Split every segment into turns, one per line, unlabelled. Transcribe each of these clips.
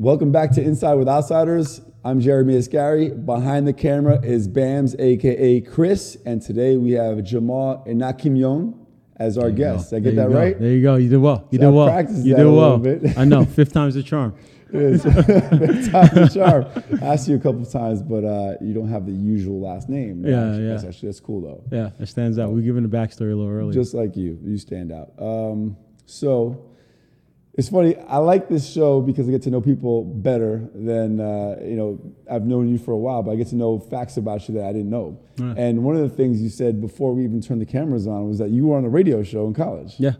Welcome back to Inside with Outsiders. I'm Jeremy Iscari. Behind the camera is Bams, aka Chris, and today we have Jamal Inakimyon as our guest. Did I get
There
that
you go.
right?
There you go. You did well. You
So I
did well.
practiced
You
that
did
a little
well.
bit.
I know. Fifth time's the charm.
Yes. That's how you charm. I asked you a couple of times, but uh, you don't have the usual last name.
Yeah,
Actually,
yeah.
That's actually that's cool though.
Yeah, it stands out. We're giving the backstory a little early.
Just like you, you stand out. Um, so it's funny. I like this show because I get to know people better than uh, you know. I've known you for a while, but I get to know facts about you that I didn't know.
Yeah.
And one of the things you said before we even turned the cameras on was that you were on a radio show in college.
yeah,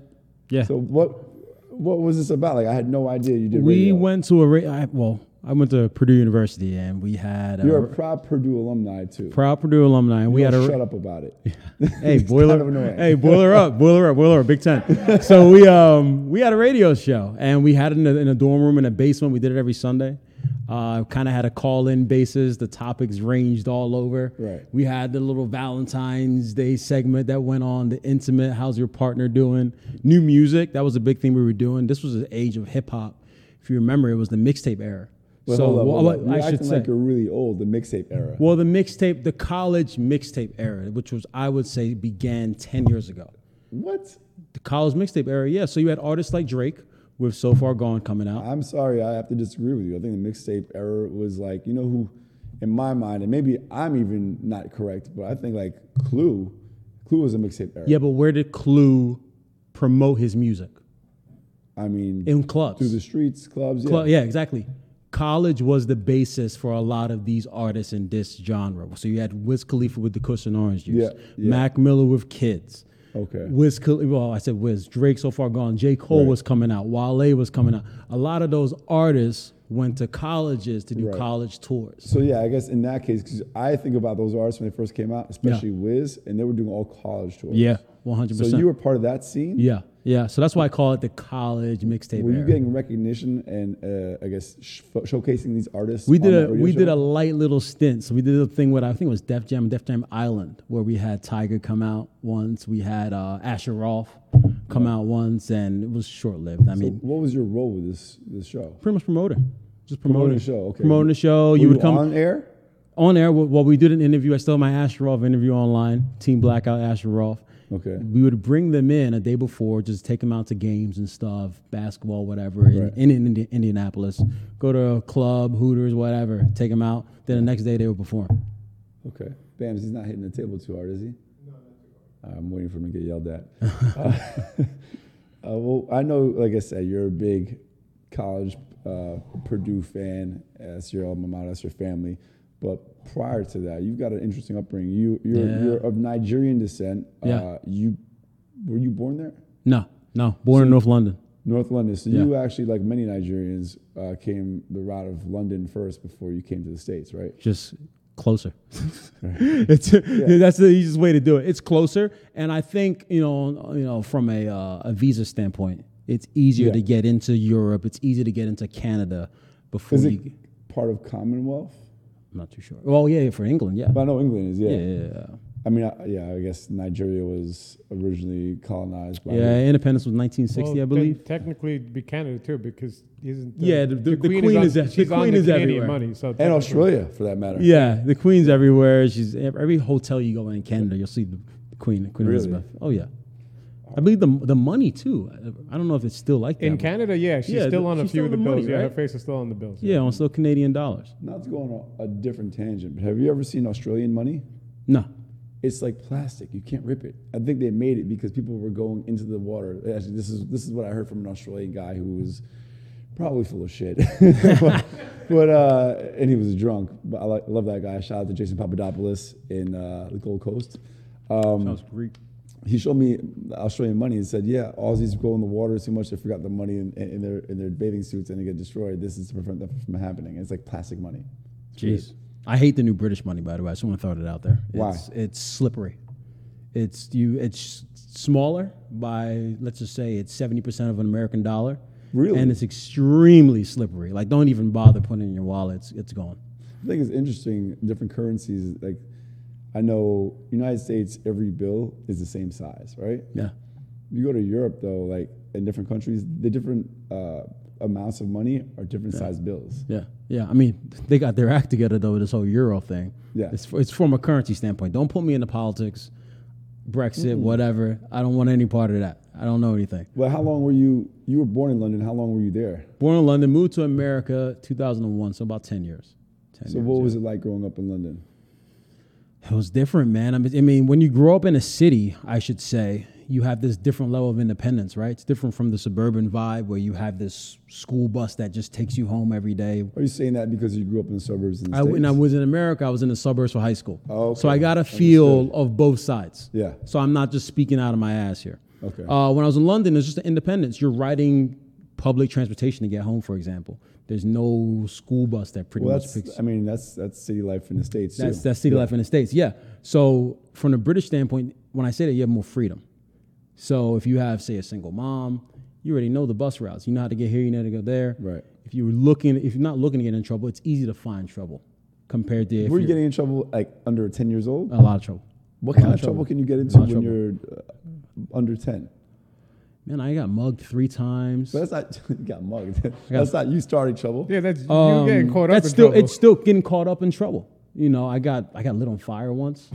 yeah.
So what what was this about? Like I had no idea you did.
we
radio.
went to a ra- I, well. I went to Purdue University and we had a
You're a proud Purdue alumni too.
proud Purdue alumni. And we
Don't
had a
shut up about it.
hey
kind of
boiler
annoying.
hey boiler up boiler up boiler up Big Ten. so we um we had a radio show and we had it in a, in a dorm room in a basement. We did it every Sunday. Uh, kind of had a call in basis. The topics ranged all over.
Right.
We had the little Valentine's Day segment that went on. The intimate, how's your partner doing? New music. That was a big thing we were doing. This was the age of hip hop. If you remember, it was the mixtape era.
But hold up,
well,
hold up. You're
I should
acting
say.
like you're really old. The mixtape era.
Well, the mixtape, the college mixtape era, which was I would say began ten years ago.
What?
The college mixtape era, yeah. So you had artists like Drake with "So Far Gone" coming out.
I'm sorry, I have to disagree with you. I think the mixtape era was like, you know who, in my mind, and maybe I'm even not correct, but I think like Clue, Clue was a mixtape era.
Yeah, but where did Clue promote his music
I mean,
in clubs?
through the streets, clubs.
Clu-
yeah.
yeah, exactly. College was the basis for a lot of these artists in this genre. So you had Wiz Khalifa with the Cushion Orange Juice,
Yeah, yeah.
Mac Miller with Kids.
Okay.
Wiz, Khal- well, I said Wiz. Drake so far gone. J. Cole was coming out. Wale was coming
Mm-hmm.
out. A lot of those artists went to colleges to do
Right.
college tours.
So yeah, I guess in that case, because I think about those artists when they first came out, especially Wiz, and they were doing all college tours.
Yeah, 100%.
So you were part of that scene.
yeah, yeah. So that's why I call it the college mixtape
Were you
era.
getting recognition and uh, I guess sh- showcasing these artists?
we
on
did a
that radio
we did a
show?
light little stint. So we did a thing with I think it was Def Jam, Def Jam Island, where we had Tiger come out once. We had uh, Asher Roth come out once, and it was short lived. I
So
mean,
what was your role with this this show?
pretty much promoter, just
Promoting
promoting
the show, okay.
promoting the show.
Were
Oh, you would come
on air.
on air. Well, we did an interview. I still have my Asher Roth interview online. Team Blackout Asher Roth.
Okay.
We would bring them in a day before, just take them out to games and stuff, basketball, whatever, in,
Right.
in, Indi- Indianapolis. Go to a club, Hooters, whatever. Take them out. Then the next day they would perform.
Okay. Bams, he's not hitting the table too hard, is he? Ah, I'm waiting for him to get yelled at. uh, uh, well, I know, like I said, you're a big college uh, Purdue fan. That's your alma mater. That's your family. But prior to that, you've got an interesting upbringing. You, you're,
Yeah.
you're of Nigerian descent. Uh,
Yeah.
you were you born there?
No, no. Born in North London.
North London. So you actually, like many Nigerians, uh, came the route of London first before you came to the states, right?
Just closer. it's, That's the easiest way to do it. It's closer, and I think you know, you know, from a, uh, a visa standpoint, it's easier
Yeah.
to get into Europe. It's easier to get into Canada before
Is
you.
it part of Commonwealth?
I'm not too sure. Well, yeah, for England, yeah,
But I know England is,
yeah, yeah, yeah.
I mean, I, yeah, I guess Nigeria was originally colonized by.
Yeah, Independence was 1960, I
Well, te-
believe.
technically, it'd be Canada too, because isn't
Yeah, the- the- the queen is at- the
she's on
queen
the
is
Canadian
everywhere.
money, so
And
technically-
Australia, for that matter.
Yeah, the Queen's everywhere. She's ev- every hotel you go in Canada, you'll see the Queen, Queen
Really?
Elizabeth. Oh yeah, I believe the the money too. I- I don't know if it's still like that.
in
but-
Canada, yeah, she's
Yeah,
still
the-
on a
she's
few
still
of the
on the
bills.
money,
yeah, her
right?
face is still on the bills.
Yeah, on still Canadian dollars.
Not to go on a, a different tangent, but have you ever seen Australian money?
No.
It's like plastic. You can't rip it. I think they made it because people were going into the water. Actually, this is this is what I heard from an Australian guy who was probably full of shit. but uh, and he was drunk. But I like, love that guy. Shout out to Jason Papadopoulos in uh, the Gold Coast. Um,
Greek.
he showed me Australian money and said, "Yeah, Aussies go in the water too much. They forgot the money in, in their in their bathing suits and they get destroyed. This is to prevent that from happening. It's like plastic money. It's weird.
Jeez. I hate the new British money, by the way. I just want to throw it out there.
Why?
It's, it's slippery. It's you. It's smaller by let's just say it's seventy percent of an American dollar.
Really?
And it's extremely slippery. Like don't even bother putting it in your wallet. It's, it's gone.
I think it's interesting. Different currencies. Like, I know United States every bill is the same size, right?
Yeah.
You go to Europe though, like in different countries, the different uh, amounts of money are different size bills.
Yeah, yeah. I mean, they got their act together though with this whole euro thing.
Yeah.
it's, it's from a currency standpoint. Don't put me into politics, Brexit,
Mm.
whatever. I don't want any part of that. I don't know anything.
Well, how long were you? You were born in London. How long were you there?
Born in London, moved to America 2001, so about 10 years. 10
So
years.
what was it like growing up in London?
It was different, man. I mean, I mean, when you grow up in a city, I should say, you have this different level of independence, right? It's different from the suburban vibe where you have this school bus that just takes you home every day.
Are you saying that because you grew up in the suburbs? In the
I, when I
States?
was in America, I was in the suburbs for high school.
Oh,
So
okay.
I got a feel of both sides.
Yeah.
So I'm not just speaking out of my ass here.
Okay.
Uh, when I was in London, it's just the independence. You're riding public transportation to get home, for example. There's no school bus that pretty
well,
much picks
that's. I mean, that's that's city life in the states.
that's
too.
that's city life in the states. Yeah. So from the British standpoint, when I say that, you have more freedom. So if you have, say, a single mom, you already know the bus routes. You know how to get here. You know how to go there.
Right.
If you're looking, if you're not looking to get in trouble, it's easy to find trouble compared to if
Were you
you're-
getting in trouble like under ten years old?
a lot Uh, of trouble.
what
a
kind
lot
of trouble can you get into
lot of
when
trouble.
you're uh, under ten?
Man, I got mugged three times.
But that's not you got mugged. that's not you starting trouble.
Yeah, that's
Um,
you getting caught up.
that's
in
still
trouble.
it's still getting caught up in trouble. You know, I got I got lit on fire once.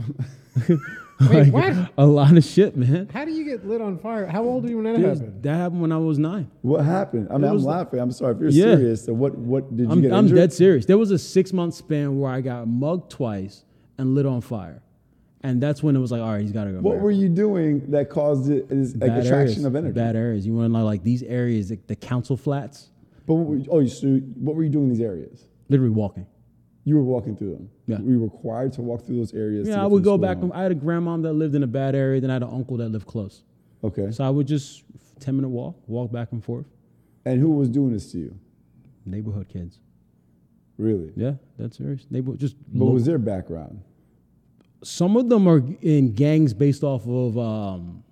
Wait, what?
A lot of shit, man.
How do you get lit on fire? How old were you when that
It was-
happened?
that happened when I was nine.
What happened? I mean, I'm
was-
laughing. I'm sorry if you're
Yeah.
serious. So what? What did you
I'm,
get
I'm
injured?
dead serious. There was a six month span where I got mugged twice and lit on fire, and that's when it was like, all right, he's got to go.
What
America.
were you doing that caused it? Is like
Bad
attraction
areas,
of energy.
Bad areas. You want to know like these areas, like the council flats,
But what were you, oh, so what were you doing in these areas?
literally walking.
You were walking through them.
Yeah.
We were required to walk through those areas. to
Yeah,
get
I
to
would
the
go
school
back.
home.
I had a grandmom that lived in a bad area, then I had an uncle that lived close.
Okay.
So I would just ten minute walk, walk back and forth.
And who was doing this to you?
Neighborhood kids.
Really?
Yeah, that's serious. Neighborhood just
What
lo-
was their background?
some of them are in gangs based off of um,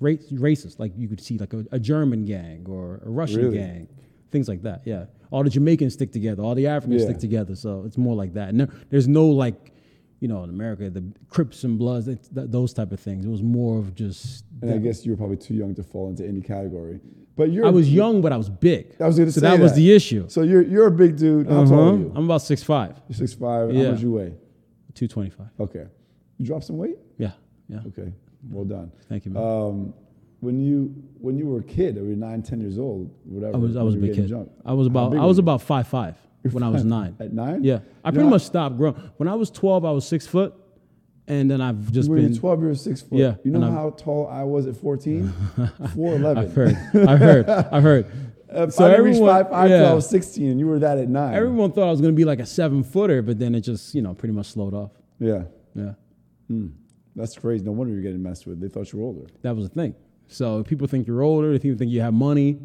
race, races. Like you could see like a, a German gang or a Russian
Really?
gang, things like that. Yeah, all the Jamaicans stick together, all the Africans
Yeah.
stick together. So it's more like that. And there, there's no like, you know, in America the Crips and Bloods, that, that, those type of things. It was more of just.
And I guess you were probably too young to fall into any category. But you're.
I was young, but I was big.
I was going to
so
say
that, was the issue.
So you're you're a big dude. How tall are
Uh-huh.
you?
I'm about 6'5",
You're six five. How
Yeah.
much you weigh?
225.
Okay. You dropped some weight.
Yeah, yeah.
Okay. Well done.
Thank you, man.
Um, when you when you were a kid, I mean nine, ten years old, whatever.
I was I
when
was a
you were
big
getting
kid.
jumped.
I was
How
about
big
I
were
was
you?
about five five when I was nine.
At nine?
Yeah, I
You're
pretty
not-
much stopped growing. When I was twelve, I was six foot, and then I've just
You were
been.
either twelve or six foot.
Yeah,
You know
and I'm-
how tall I was at fourteen? Four eleven.
I've heard. I've heard. I've heard.
If I didn't reach five five till I
yeah,
was sixteen, and you were that at nine.
everyone thought I was going to be like a seven footer, but then it just you know pretty much slowed off.
yeah.
Yeah,
That's crazy. No wonder you're getting messed with. They thought you were older.
that was the thing. So people think you're older. They think think you have money.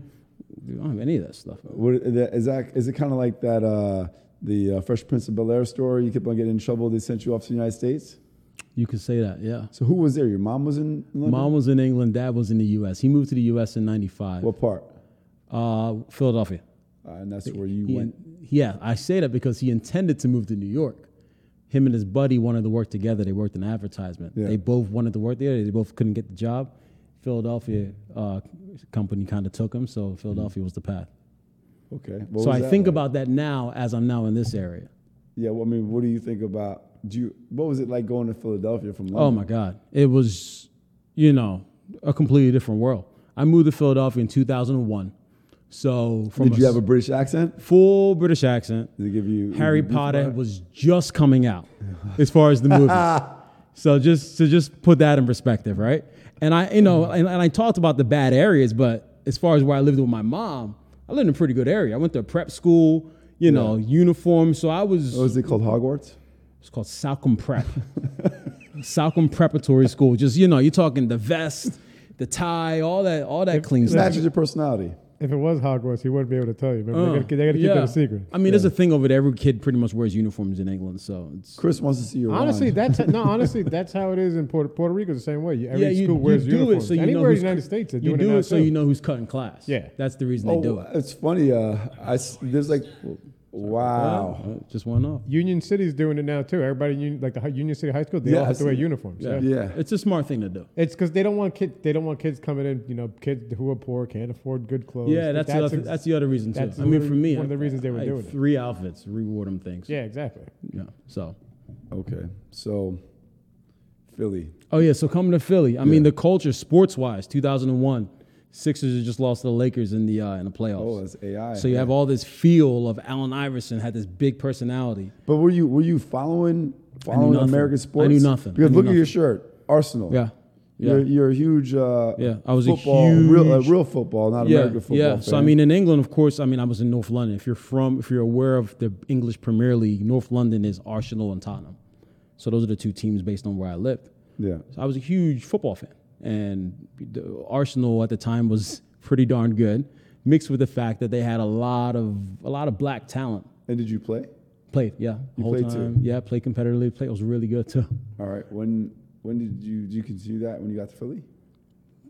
I don't have any of that stuff.
What is that? Is it kind of like that? Uh, the uh, Fresh Prince of Bel Air story. You kept on getting in trouble. They sent you off to the United States.
You could say that. Yeah.
So who was there? Your mom was in London.
Mom was in England. Dad was in the U.S. He moved to the U.S. in '95.
What part?
Uh, Philadelphia.
Uh, and that's where you
He-
went.
Yeah, I say that because he intended to move to New York. Him and his buddy wanted to work together. They worked in advertisement.
Yeah.
They both wanted to work there. They both couldn't get the job. Philadelphia uh, company kind of took him, so Philadelphia was the path.
Okay. Mm-hmm. What
so
was
I
that
think
like?
about that now as I'm now in this area.
Yeah, well, I mean, what do you think about? Do you what was it like going to Philadelphia from
Oh
London?
my God. It was, you know, a completely different world. I moved to Philadelphia in 2001. So from
Did you
a
have a British accent?
full British accent,
Did they give you
Harry
did you
Potter
beef
was just coming out as far as the movies. so just so just put that in perspective, right? And I, you know, and, and I talked about the bad areas, but as far as where I lived with my mom, I lived in a pretty good area. I went to a prep school, you know, uniform. So I was
about it? What was it called? Hogwarts.
it's called Salcom Prep. Salcom Preparatory School. Just you know, you're talking the vest, the tie, all that, all that clean stuff.
Matches your personality.
If it was Hogwarts, he wouldn't be able to tell you. Remember, they
Uh,
gotta, keep- they gotta keep
yeah.
that a secret.
I mean, there's a thing over there. Every kid pretty much wears uniforms in England, so it's
Chris wants to see your
Honestly,
wand.
that's no. Honestly, that's how it is in Puerto, Puerto Rico. It's The same way. You- Every
yeah, you,
school
you
wears
do
uniforms.
it so you know
Anywhere in
who's
the United
cu-
States, they're
you
doing it
do
now
it so
too.
you know who's cutting class.
Yeah.
that's the reason
oh,
they do it.
it's funny. Uh, I s- there's like Wow.
Uh, just one off.
Union City's doing it now too. Everybody, in Union, like the hi- Union City High School, they all have
Yes.
to wear uniforms.
Yeah.
Yeah.
Yeah.
It's a smart thing to do.
It's because they don't want kids. They don't want kids coming in. You know, kids who are poor can't afford good clothes.
Yeah, that's the other-
ex-
that's the other reason too.
that's
I mean,
one
for
of
me,
the reasons they were
I-
doing it.
three outfits, reward them things.
yeah, exactly.
yeah. So
Okay. So, Philly.
Oh yeah, so coming to Philly, I mean the culture, sports wise, 2001, Sixers had just lost to the Lakers in the uh, in the
Oh,
playoffs.
that's AI.
so you have all this feel of Allen Iverson had this big personality.
But were you were you following following
nothing. I
American sports?
knew nothing.
Because
I knew
look
nothing.
at your shirt, Arsenal.
Yeah, yeah,
You're, you're a huge. Uh,
Yeah, I was a
football, real, uh,
huge-
real football, not
yeah,
American football.
yeah.
Fan.
So I mean, in England, of course, I mean I was in North London. If you're from, if you're aware of the English Premier League, North London is Arsenal and Tottenham. So those are the two teams based on where I lived.
yeah.
So I was a huge football fan, and the Arsenal at the time was pretty darn good, mixed with the fact that they had a lot of a lot of black talent.
And did you play?
Played, yeah,
You
whole
played too?
time. Yeah, played competitively. Played was really good too.
All right. When when did you did you continue that when you got to Philly?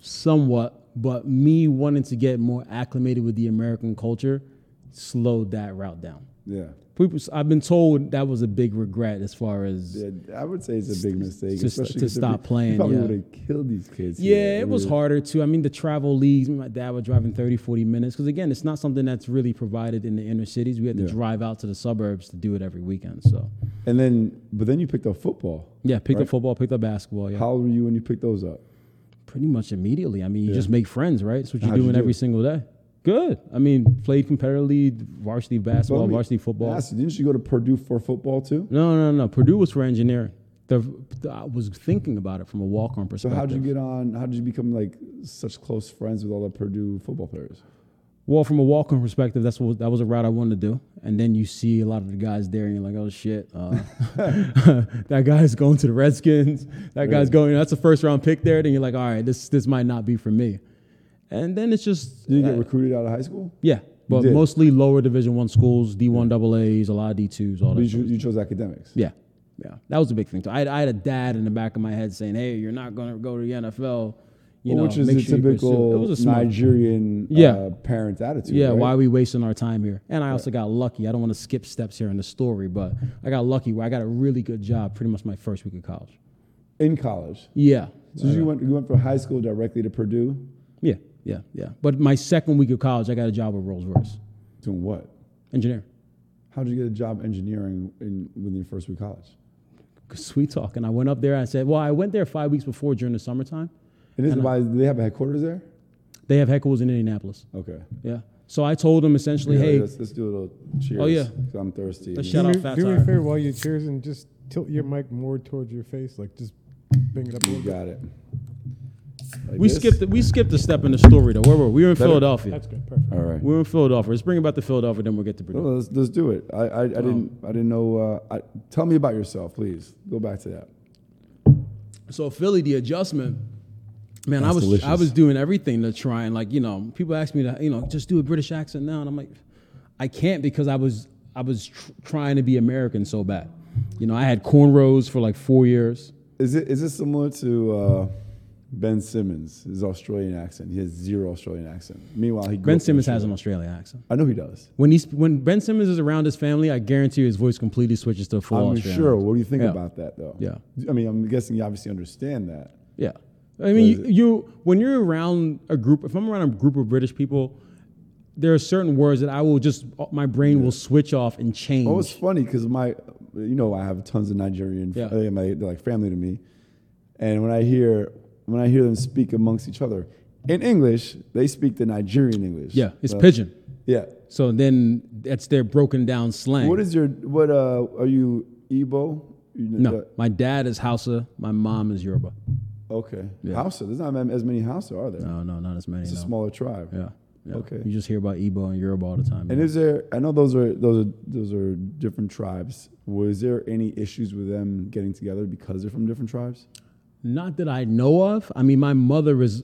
Somewhat, but me wanting to get more acclimated with the American culture slowed that route down.
Yeah.
People, I've been told that was a big regret as far as
Yeah, I would say it's a big mistake,
to-
especially
to
'cause if
stop
you-
playing,
You probably
yeah.
would have killed these kids.
Yeah,
here.
it was
would've-
harder too. I mean, the travel leagues, my dad was driving 30, 40 minutes. Because again, it's not something that's really provided in the inner cities. We had to
Yeah.
drive out to the suburbs to do it every weekend. So,
And then, but then you picked up football.
yeah, picked
Right.
up football, picked up basketball. Yeah.
How old were you when you picked those up?
Pretty much immediately. I mean, you
Yeah.
just make friends, right? That's what you're
How'd you
doing
do?
every single day. Good. I mean, played competitively, varsity
Well,
basketball,
let me
varsity football.
ask you, didn't you go to Purdue for football too?
No, no, no. Purdue was for engineering. The, the- I was thinking about it from a walk on
So
perspective.
how did you get on? How did you become like such close friends with all the Purdue football players?
Well, from a walking perspective, that's what that was a route I wanted to do. And then you see a lot of the guys there, and you're like, oh shit, uh, that guy's going to the Redskins. That guy's going. That's a first round pick there. Then you're like, all right, this this might not be for me. And then it's just
Did you
uh,
get recruited out of high school?
yeah, but
did.
mostly lower Division One schools, D one AA's, a lot of D twos, all
Or
that.
you,
stuff.
you chose academics.
Yeah, yeah, that was a big thing. Too. I had, I had a dad in the back of my head saying, hey, you're not going to go to the NFL. You
Well,
know,
which is
make
the
sure you pursue it." It
typical
was a smart-
Nigerian
Yeah.
uh, parent attitude.
Yeah,
right?
why are we wasting our time here? And I also got lucky. I don't want to skip steps here in the story, but I got lucky where I got a really good job pretty much my first week of college.
in college?
Yeah.
So you went you went from high school directly to Purdue,
Yeah, yeah, yeah. But my second week of college, I got a job with Rolls Royce,
doing what?
engineer.
How did you get a job engineering in within your first week of college?
Sweet talk. And I went up there and I said, well, I went there five weeks before during the summertime.
And this is why do they have a headquarters there.
They have headquarters in Indianapolis.
Okay.
Yeah. So I told them essentially,
Yeah,
hey, Oh,
let's, let's do a little cheers.
yeah.
'cause I'm thirsty.
Let's
Do
Shout
me,
out Fat
do me a
Tire.
favor while you cheers and just tilt your mic more towards your face, like just bring it up. A
You
little bit.
got it. Like
we
this?
skipped we skipped a step in the story though. Where were we? We were in Philadelphia.
That's good. Perfect.
All right.
we were in Philadelphia. Let's bring it back to Philadelphia, then we'll get to Purdue.
Well, let's, let's do it. I, I,
Oh.
I didn't I didn't know. Uh, I, tell me about yourself, please. Go back to that.
So Philly, the adjustment, man, I
That's
was I
delicious.
was doing everything to try and like you know people ask me to you know just do a British accent now, and I'm like, I can't because I was I was tr- trying to be American so bad. You know, I had cornrows for like four years.
Is it is it similar to uh, Ben Simmons? His Australian accent. He has zero Australian accent. Meanwhile, he grew up
Ben
in
Simmons has
Australia.
an Australian accent.
I know he does.
When he's when Ben Simmons is around his family, I guarantee you his voice completely switches to a full
I'm
Australian.
sure.
accent.
What do you think
Yeah.
about that, though?
Yeah.
I mean, I'm guessing you obviously understand that.
Yeah. I mean, you,
is
you when you're around a group, if I'm around a group of British people, there are certain words that I will just my brain will switch off and change.
Well, Oh, it's funny because my, you know, I have tons of Nigerian.
Yeah.
uh, my, they're like family to me, and when I hear when I hear them speak amongst each other in English, they speak the Nigerian English.
yeah, it's
Uh,
pigeon.
Yeah.
So then that's their broken down slang.
What is your what? Uh, are you Igbo? You kn-
no, my dad is Hausa, my mom is Yoruba.
uh, okay. Hausa. There's not as many Hausa, are there?
No, no, not as many.
It's a
no.
smaller tribe.
yeah, yeah.
Okay.
You just hear about Igbo and Yoruba all the time.
And is there? I know those are those are those are different tribes. Was there any issues with them getting together because they're from different tribes?
Not that I know of. I mean, my mother is,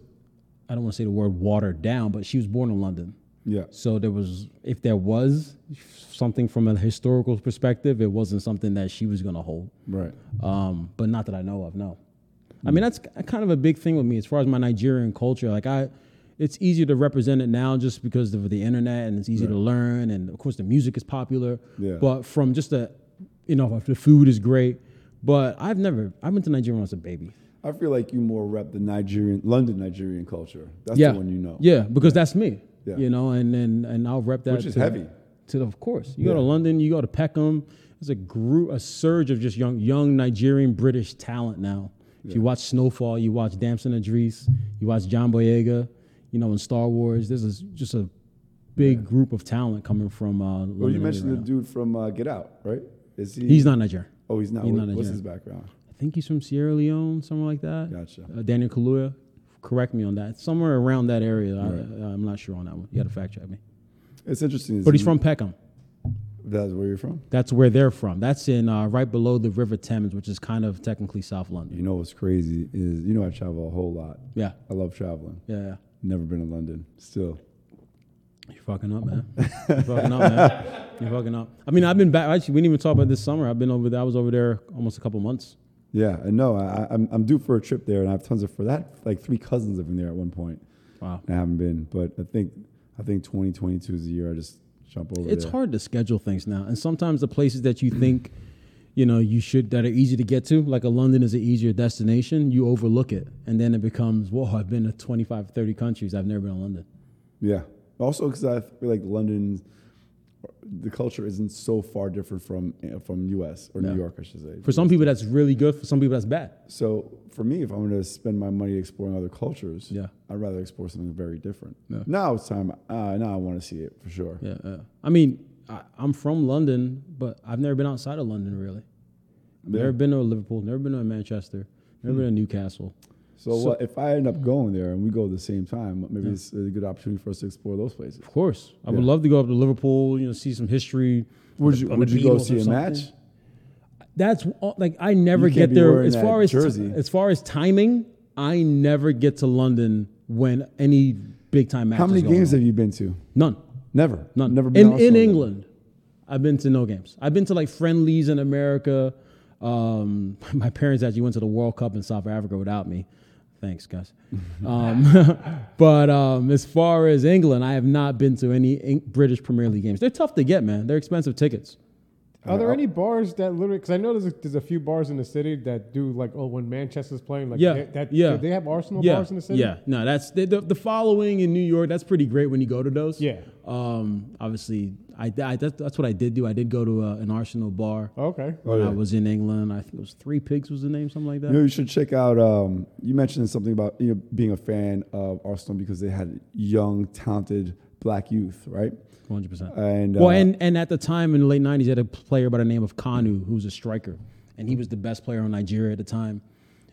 I don't want to say the word watered down, but she was born in London.
Yeah.
So there was, if there was something from a historical perspective, it wasn't something that she was going to hold.
Right.
um, but not that I know of. No, I mean that's k- kind of a big thing with me as far as my Nigerian culture. Like I, it's easier to represent it now just because of the internet and it's easy to learn and of course the music is popular.
Yeah.
But from just the you know the food is great. But I've never I've been to Nigeria when I was a baby.
I feel like you more rep the Nigerian, London Nigerian culture. That's the one you know.
Yeah, because that's me.
Yeah.
You know, and and and I'll rep that.
Which is
to-
heavy.
To the, of course, you go to
Yeah.
London, you go to Peckham. There's a group, a surge of just young, young Nigerian British talent now. If you watch Snowfall, you watch Damson Idris, you watch John Boyega, you know, in Star Wars, there's a, just a big group of talent coming from. Uh,
Well,
London
you
area
mentioned
right
the
now.
dude from uh, Get Out, right? Is he?
He's not Nigerian.
Oh, he's not.
he's
What-
not
what's
Nigerian.
his background?
I think he's from Sierra Leone, somewhere like that.
Gotcha.
Uh, Daniel Kaluuya, correct me on that. Somewhere around that area. I, I'm not sure on that one. You got to fact check me.
It's interesting.
But he's from Peckham.
That's where you're from.
That's where they're from. That's in uh, right below the River Thames, which is kind of technically South London.
You know what's crazy is you know I travel a whole lot.
Yeah,
I love traveling.
yeah, yeah.
Never been to London. Still.
You're fucking up, man. You're fucking up, man. You're fucking up. I mean, I've been back. Actually, we didn't even talk about this summer. I've been over there. I was over there almost a couple months.
Yeah, I know. I, I- I'm, I'm due for a trip there, and I have tons of for that. Like three cousins living there at one point.
Wow.
And I haven't been, but I think I think 2022 is the year I just jump over.
It's
there.
hard to schedule things now, and sometimes the places that you think, you know, you should that are easy to get to, like a London is an easier destination. You overlook it, and then it becomes, whoa, I've been to 25, 30 countries. I've never been to London.
Yeah. Also, because I feel like London, the culture isn't so far different from from U.S. or
Yeah.
New York, I should say.
For some people, that's really good. For some people, that's bad.
So for me, if I'm going to spend my money exploring other cultures,
Yeah.
I'd rather explore something very different.
Yeah.
Now it's time. Uh, now I want to see it for sure.
Yeah, yeah. I mean, I, I'm from London, but I've never been outside of London really. I've
Yeah. Hmm.
never been to Liverpool, never been to Manchester, never been to Newcastle.
So,
So-
what, if I end up going there and we go at the same time, maybe it's a good opportunity for us to explore those places.
Of course, I would
Yeah.
love to go up to Liverpool. You know, see some history.
Would
on
you
the
Would you go
Beatles
see
or
a match?
something. That's all, like I never
You can't
get
be
there.
wearing
As
that
far as ti-
jersey.
as far as timing, I never get to London when any big time matches.
How many
going
games
on.
have you been to?
None.
Never.
None.
Never been
in,
out
in
Sunday.
England. I've been to no games. I've been to like friendlies in America. Um, my parents actually went to the World Cup in South Africa without me. Thanks, guys. um, but um, as far as England, I have not been to any Eng- British Premier League games. They're tough to get, man. They're expensive tickets.
Are there any bars that literally? Because I know there's a, there's a few bars in the city that do like oh when Manchester's playing like
Yeah,
that, that-
yeah.
do they have Arsenal
yeah,
bars in the city.
yeah. No, that's the, the the following in New York. That's pretty great when you go to those.
Yeah.
Um, obviously, I, I that's, that's what I did do. I did go to uh an Arsenal bar.
Okay.
when I
Oh, yeah.
was in England. I think it was Three Pigs was the name, something like that.
You know, you should check out. Um, you mentioned something about you know being a fan of Arsenal because they had young, talented black youth, right?
One hundred percent.
And,
Well,
uh,
and and at the time in the late nineties, they had a player by the name of Kanu, who was a striker, and he was the best player in Nigeria at the time.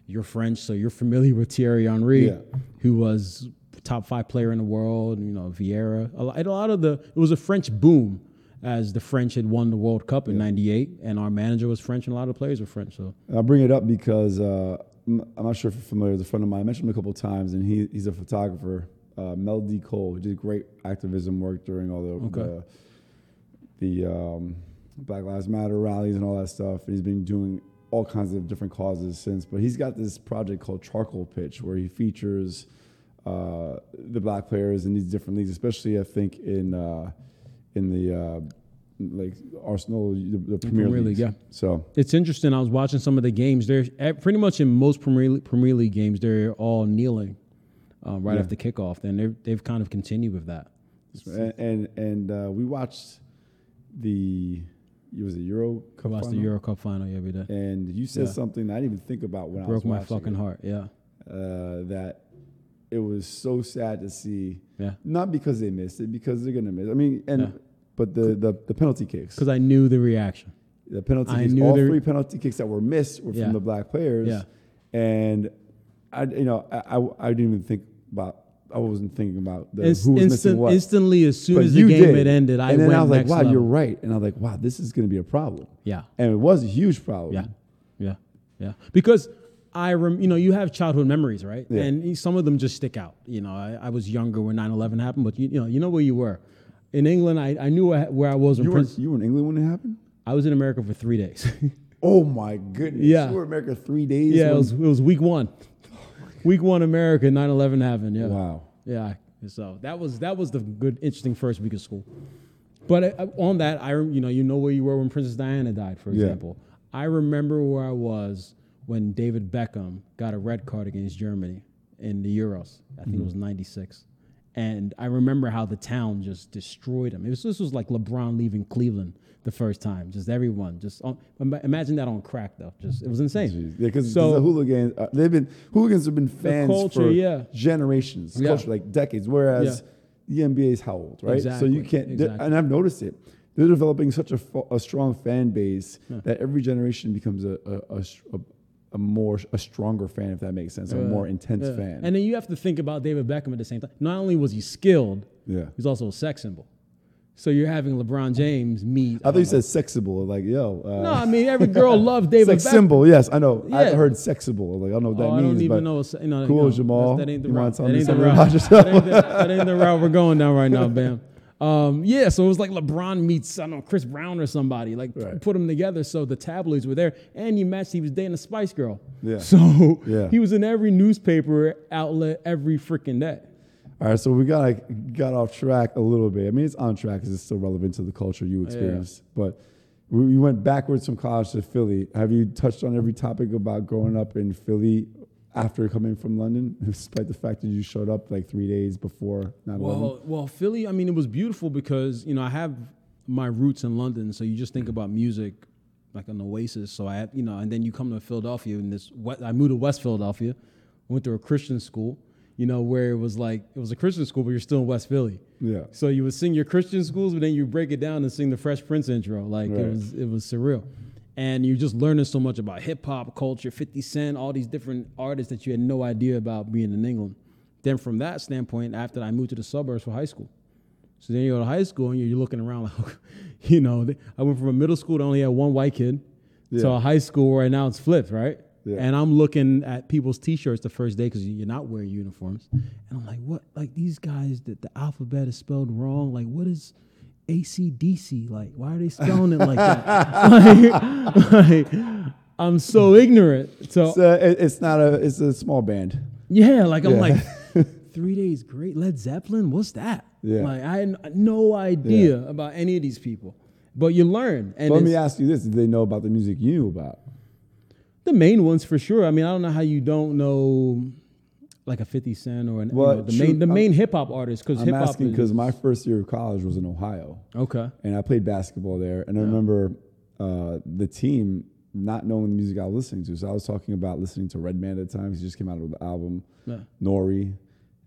You're French, so you're familiar with Thierry Henry,
Yeah.
who was top five player in the world. You know Vieira. A lot, a lot of the it was a French boom, as the French had won the World Cup in '98, and our manager was French, and a lot of the players were French. So
I bring it up because uh, I'm I'm not sure if you're familiar with a friend of mine. I mentioned him a couple of times, and he, he's a photographer, uh, Mel D. Cole. He did great activism work during all the
Okay.
the, the um, Black Lives Matter rallies and all that stuff. And he's been doing all kinds of different causes since. But he's got this project called Charcoal Pitch, where he features uh, the black players in these different leagues, especially I think in uh, in the uh, like Arsenal, the, the Premier
Premier League,
League.
yeah.
So
it's interesting. I was watching some of the games. They're at, pretty much in most Premier League, Premier League games. They're all kneeling uh, right
Yeah.
after kickoff, and they've they've kind of continued with that.
and and, and uh, we watched the it was a Euro Cup
I watched the
final?
Euro Cup final every day.
and you said
Yeah.
something that I didn't even think about when
Broke
I
my
was watching
fucking
it,
heart. Yeah,
uh, that it was so sad to see
yeah.
not because they missed it because they're gonna miss I mean and
Yeah.
but the, the the penalty kicks
Because I knew the reaction.
the penalty
I
kicks
knew
all
there-
three penalty kicks that were missed were
Yeah.
from the black players
Yeah.
and I you know I, I I didn't even think about I wasn't thinking about the,
Inst-
who was missing
instant-
what
instantly, as soon
But
as the
you
game
did.
had ended, I
and then
went
I was like,
next
"Wow,
level.
you're right." And I was like, "Wow, this is going to be a problem."
Yeah.
and it was a huge problem.
Yeah, yeah, yeah. Because I, rem- you know, you have childhood memories, right?
Yeah.
And some of them just stick out. You know, I, I was younger when 9/11 happened, but you, you know, you know where you were. In England, I, I knew where where I was. In
you were
Prince-
you were in England when it happened.
I was in America for three days.
Oh my goodness!
Yeah.
you were in America three days.
yeah, it
when-
was, it was week one. Week one, America, 9/11 happened. Yeah.
wow.
Yeah, And so that was that was the good, interesting first week of school. But uh, on that, I rem- you know you know where you were when Princess Diana died, for
Yeah.
example. I remember where I was when David Beckham got a red card against Germany in the Euros. I
Mm-hmm.
think it was '96, and I remember how the town just destroyed him. It was this was like LeBron leaving Cleveland the first time. Just everyone, just on, ima- imagine that on crack though. Just it was insane.
Jeez. Yeah, because
So-
the hooligans, uh, they've been hooligans have been fans
culture,
for
yeah.
generations,
Yeah.
culture like decades. Whereas the NBA is how old, right? So you
Exactly,
can't. they're-
exactly.
And I've noticed it. They're developing such a, fo- a strong fan base that every generation becomes a a, a, s- a- a more a stronger fan, if that makes sense, a more intense
Yeah.
fan.
And then you have to think about David Beckham at the same time. Not only was he skilled,
yeah.
He's also a sex symbol. So you're having LeBron James meet. uh,
I thought you said sexable, like yo. Uh,
no, I mean every girl loved David
sex
Beckham.
symbol, yes, I know. I've
Yeah.
heard sexable, like I don't know what that
Oh, I
means.
don't even
but
know. what's- You know
cool,
you know,
Jamal.
That ain't the
You wanna
route.
tell
That
me
ain't the
something
route.
about yourself?
That ain't the- that ain't the route we're going down right now, Bam. Um, yeah, so it was like LeBron meets I don't know Chris Brown or somebody. Like p-
Right.
put them together, so the tabloids were there, and you matched. He was dating a Spice Girl.
Yeah.
So
Yeah.
he was in every newspaper outlet every freaking day.
All right, so we got like, got off track a little bit. I mean, it's on track because it's still relevant to the culture you experienced. But we, we went backwards from college to Philly. Have you touched on every topic about growing up in Philly after coming from London, despite the fact that you showed up like three days before 9 11?
Well, well, Philly. I mean, it was beautiful because you know I have my roots in London, so you just think about music like an oasis. So I, had- you know, and then you come to Philadelphia, and this we- I moved to West Philadelphia, went to a Christian school, you know, where it was like it was a Christian school, but you're still in West Philly.
Yeah.
So you would sing your Christian schools, but then you break it down and sing the Fresh Prince intro. Like
Right.
it was it was surreal. And you're just learning so much about hip hop culture, 50 Cent, all these different artists that you had no idea about being in England. Then from that standpoint, after that, I moved to the suburbs for high school. So then you go to high school and you're, you're looking around like, you know, th- I went from a middle school that only had one white kid to
Yeah.
a high school where now it's flipped, right?
Yeah.
And I'm looking at people's T-shirts the first day because you're not wearing uniforms, and I'm like, what? Like these guys, that the alphabet is spelled wrong. Like what is ACDC? Like why are they spelling it like that? like, like, I'm so ignorant. So
It's, uh, it- it's not a, it's a small band.
yeah, like I'm
Yeah.
like three days great. Led Zeppelin, what's that?
Yeah.
Like I had n- no idea about any of these people, but you learn. And
Let
it's-
me ask you this Did they know about the music you knew about?
the main ones for sure. I mean, I don't know how you don't know like a Fifty Cent or an, you
Well,
know, the
shoot,
main the
I'm-
main hip hop artists because
I'm
hip hop
asking because
is
my first year of college was in Ohio.
okay.
and I played basketball there. And I remember uh, the team not knowing the music I was listening to. So I was talking about listening to Redman at the time. 'cause He just came out with an album,
Yeah.
Nori,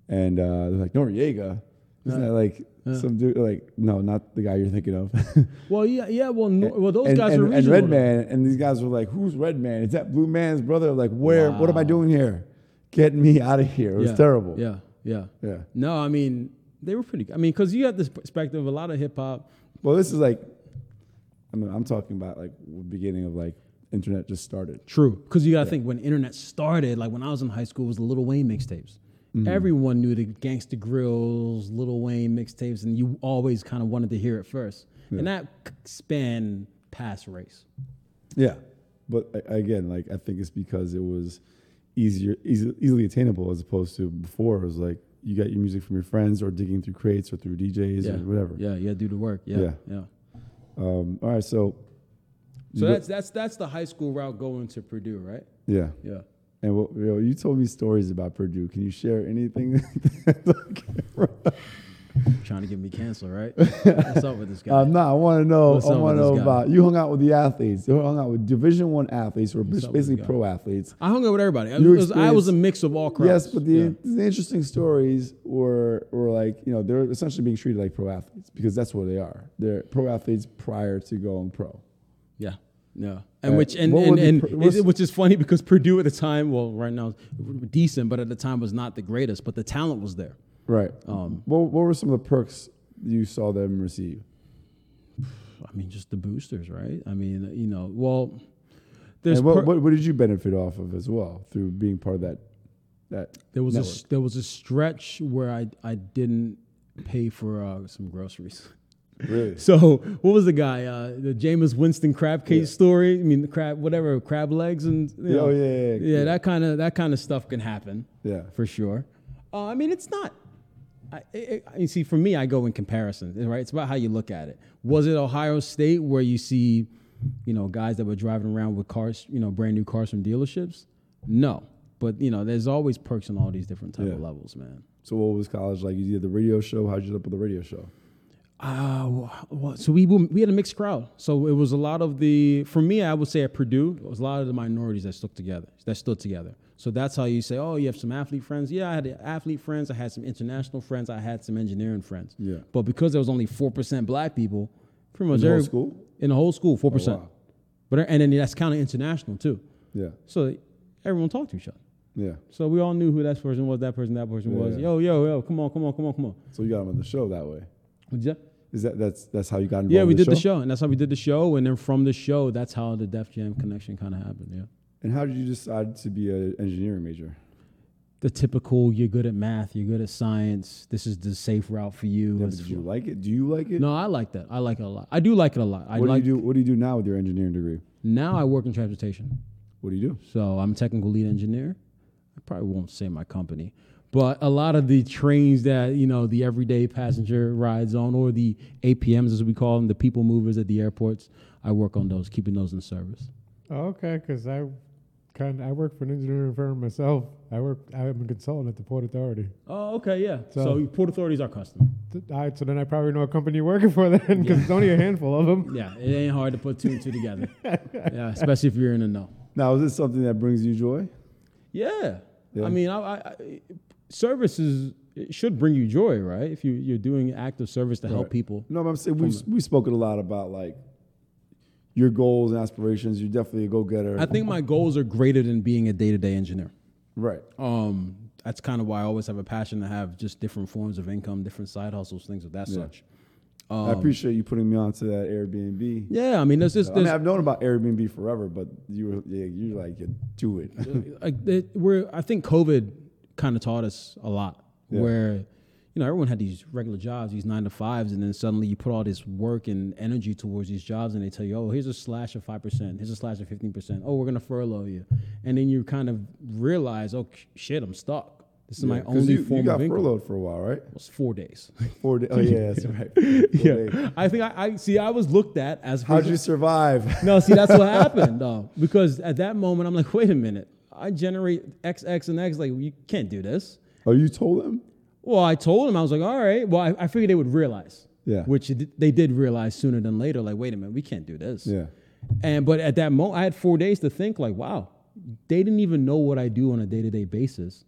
and uh, they're like Noriega. Isn't that like some dude? Like no, not the guy you're thinking of.
Well, yeah, yeah. Well, no, well, those
and,
guys
and,
are
and
regional.
Redman, and these guys were like, "Who's Redman? Is that Blue Man's brother?" Like, where? What am I
Wow.
doing here? Get me out of here! It
though.
was
Yeah,
terrible.
Yeah, yeah,
yeah.
No, I mean they were pretty. I mean, because you have this perspective. A lot of hip hop.
Well, this is like, I mean, I'm talking about like beginning of like internet just started.
True, because you got to think when internet started. Like when I was in high school, it was the Little Wayne mixtapes.
Mm-hmm.
Everyone knew the Gangsta Grills, Little Wayne mixtapes, and you always kind of wanted to hear it first. And that c- span past race.
Yeah, but a- again, like I think it's because it was easier, easy, easily attainable as opposed to before. It was like you got your music from your friends or digging through crates or through DJs
yeah.
or whatever.
Yeah, yeah, do the work. Yeah, yeah.
Yeah. Um, all right, so
So
you go-
that's that's that's the high school route going to Purdue, right?
yeah,
Yeah.
and what, you, know, you told me stories about Purdue. Can you share anything?
Trying to get me canceled, right? What's up with this guy?
uh, no, I want to know.
What's
I
up with
want to
this
know
guy?
about you. Hung out with the athletes. You hung out with Division One athletes, who are
up
bas-
with this
basically
guy?
pro athletes.
I hung out with everybody. I
Your
was, I was a
experience-
mix of all crowds.
Yes, but the,
Yeah.
the interesting stories were were like you know they're essentially being treated like pro athletes because that's what they are. They're pro athletes prior to going pro.
Yeah. No. And
Uh,
which and,
what
and,
would be
and
pr-
is
what's-
it- which is funny because Purdue at the time, well, right now decent, but at the time was not the greatest, but the talent was there.
Right. Um, what what were some of the perks you saw them receive?
I mean, just the boosters, right? I mean, you know, well, there's
And what,
per-
what what did you benefit off of as well through being part of that that
there was a,
network?
s- there was a stretch where I I didn't pay for uh, some groceries.
really
So what was the guy? Uh, the Jameis Winston crab cake story. I mean, the crab, whatever, crab legs and you know,
Oh, yeah, yeah, yeah.
that kind of that kind of stuff can happen
yeah
for sure. Uh, I mean, it's not I, I, I- you see, for me, I go in comparison, right? It's about how you look at it. Was it Ohio State where you see, you know, guys that were driving around with cars, you know, brand new cars from dealerships? No, but you know, there's always perks on all these different type
Yeah.
of levels, man.
So what was college like? You did the radio show. How'd you end up with the radio show?
Uh, wh- wh- so we were- we had a mixed crowd. So it was a lot of the for me, I would say at Purdue, it was a lot of the minorities that stuck together, that stood together. So that's how you say, oh, you have some athlete friends. Yeah, I had athlete friends. I had some international friends. I had some engineering friends.
Yeah.
But because there was only four percent black people, pretty much
the whole
every-
school?
in the whole school, four percent.
Oh, wow.
But and then that's counting international too.
Yeah,
So everyone talked to each other.
yeah.
So we all knew who that person was, that person, that person was.
Yeah.
Yo, yo, yo, come on, come on, come on, come on.
So you got him on the show that way.
What'd you say?
Is that that's that's how you got involved?
Yeah, we
in
did the show, and that's how we did the show, and then from the show, that's how the Def Jam connection kind of happened. Yeah,
And how did you decide to be an engineering major?
the typical you're good at math, you're good at science. This is the safe route for you.
Yeah, but
It's-
did you like it? Do you like it?
no, I like that. I like it a lot. I do like it a lot. I
What do
like
you do? What do you do now with your engineering degree?
now. I work in transportation,
What do you do?
so I'm a technical lead engineer. I probably won't say my company, but a lot of the trains that you know the everyday passenger rides on, or the APMs as we call them, the people movers at the airports. I work on those, keeping those in service.
Oh, okay, because I kind I work for an engineering firm myself. I work. I'm a consultant at the Port Authority.
Oh, okay, yeah. So,
So-
Port Authority is our customer.
Th- I, so then I probably know a company you're working for then, because it's only a handful of them.
Yeah, it ain't hard to put two and two together. yeah, especially if you're in a no.
Now, is this something that brings you joy?
Yeah,
Yeah.
I mean, I, I, I, service is it should bring you joy, right? If you you're doing active service to help
Right.
people.
No, but I'm saying we've we've spoken a lot about like your goals and aspirations. You're definitely a go-getter.
I think my goals are greater than being a day to day engineer.
right.
Um, that's kind of why I always have a passion to have just different forms of income, different side hustles, things of that such.
I
um,
appreciate you putting me onto that Airbnb.
Yeah, I mean, there's just
I mean,
there's,
I've known about Airbnb forever, but you were yeah, you're like you do it.
like that we're I think COVID kind of taught us a lot
Yeah.
where you know everyone had these regular jobs, these nine to fives, and then suddenly you put all this work and energy towards these jobs, and they tell you, oh, here's a slash of five percent, here's a slash of fifteen percent, oh, we're gonna furlough you, and then you kind of realize, oh shit, I'm stuck. This is my
'Cause
only
you,
form
you got
of income.
furloughed for a while, right?
It was four days.
Four days. Oh yeah, that's right. Four days.
yeah, I think I, I see. I was looked at as
How'd you survive?
No, see, that's what happened though, because at that moment I'm like, wait a minute, I generate X, X, and X. Like, you can't do this.
Oh, you told them?
Well, I told them I was like, all right. Well, I, I figured they would realize.
Yeah.
Which it- they did realize sooner than later. Like, wait a minute, we can't do this.
Yeah.
And but at that moment, I had four days to think. Like, wow, they didn't even know what I do on a day to day basis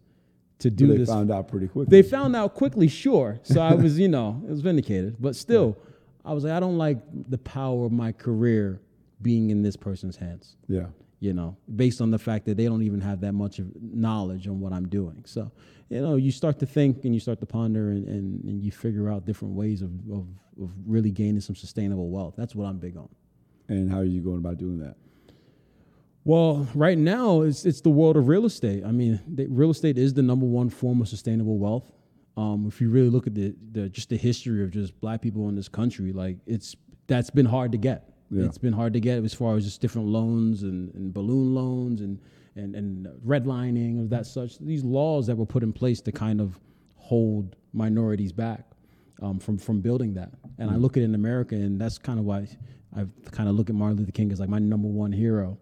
to do
They
this.
found out pretty quickly.
they found out quickly, sure. So I was, you know, it was vindicated. But still, I was like, I don't like the power of my career being in this person's hands
yeah.
you know, based on the fact that they don't even have that much of knowledge on what I'm doing. So, you know, you start to think and you start to ponder and, and, and you figure out different ways of, of, of really gaining some sustainable wealth. That's what I'm big on.
And how are you going about doing that?
Well, right now it's it's the world of real estate. I mean, the, real estate is the number one form of sustainable wealth. Um, if you really look at the, the just the history of just black people in this country, like it's that's been hard to get.
Yeah.
It's been hard to get as far as just different loans and, and balloon loans and and and redlining of that such these laws that were put in place to kind of hold minorities back um, from from building that. And I look at it in America, and that's kind of why I kind of look at Martin Luther King as like my number one hero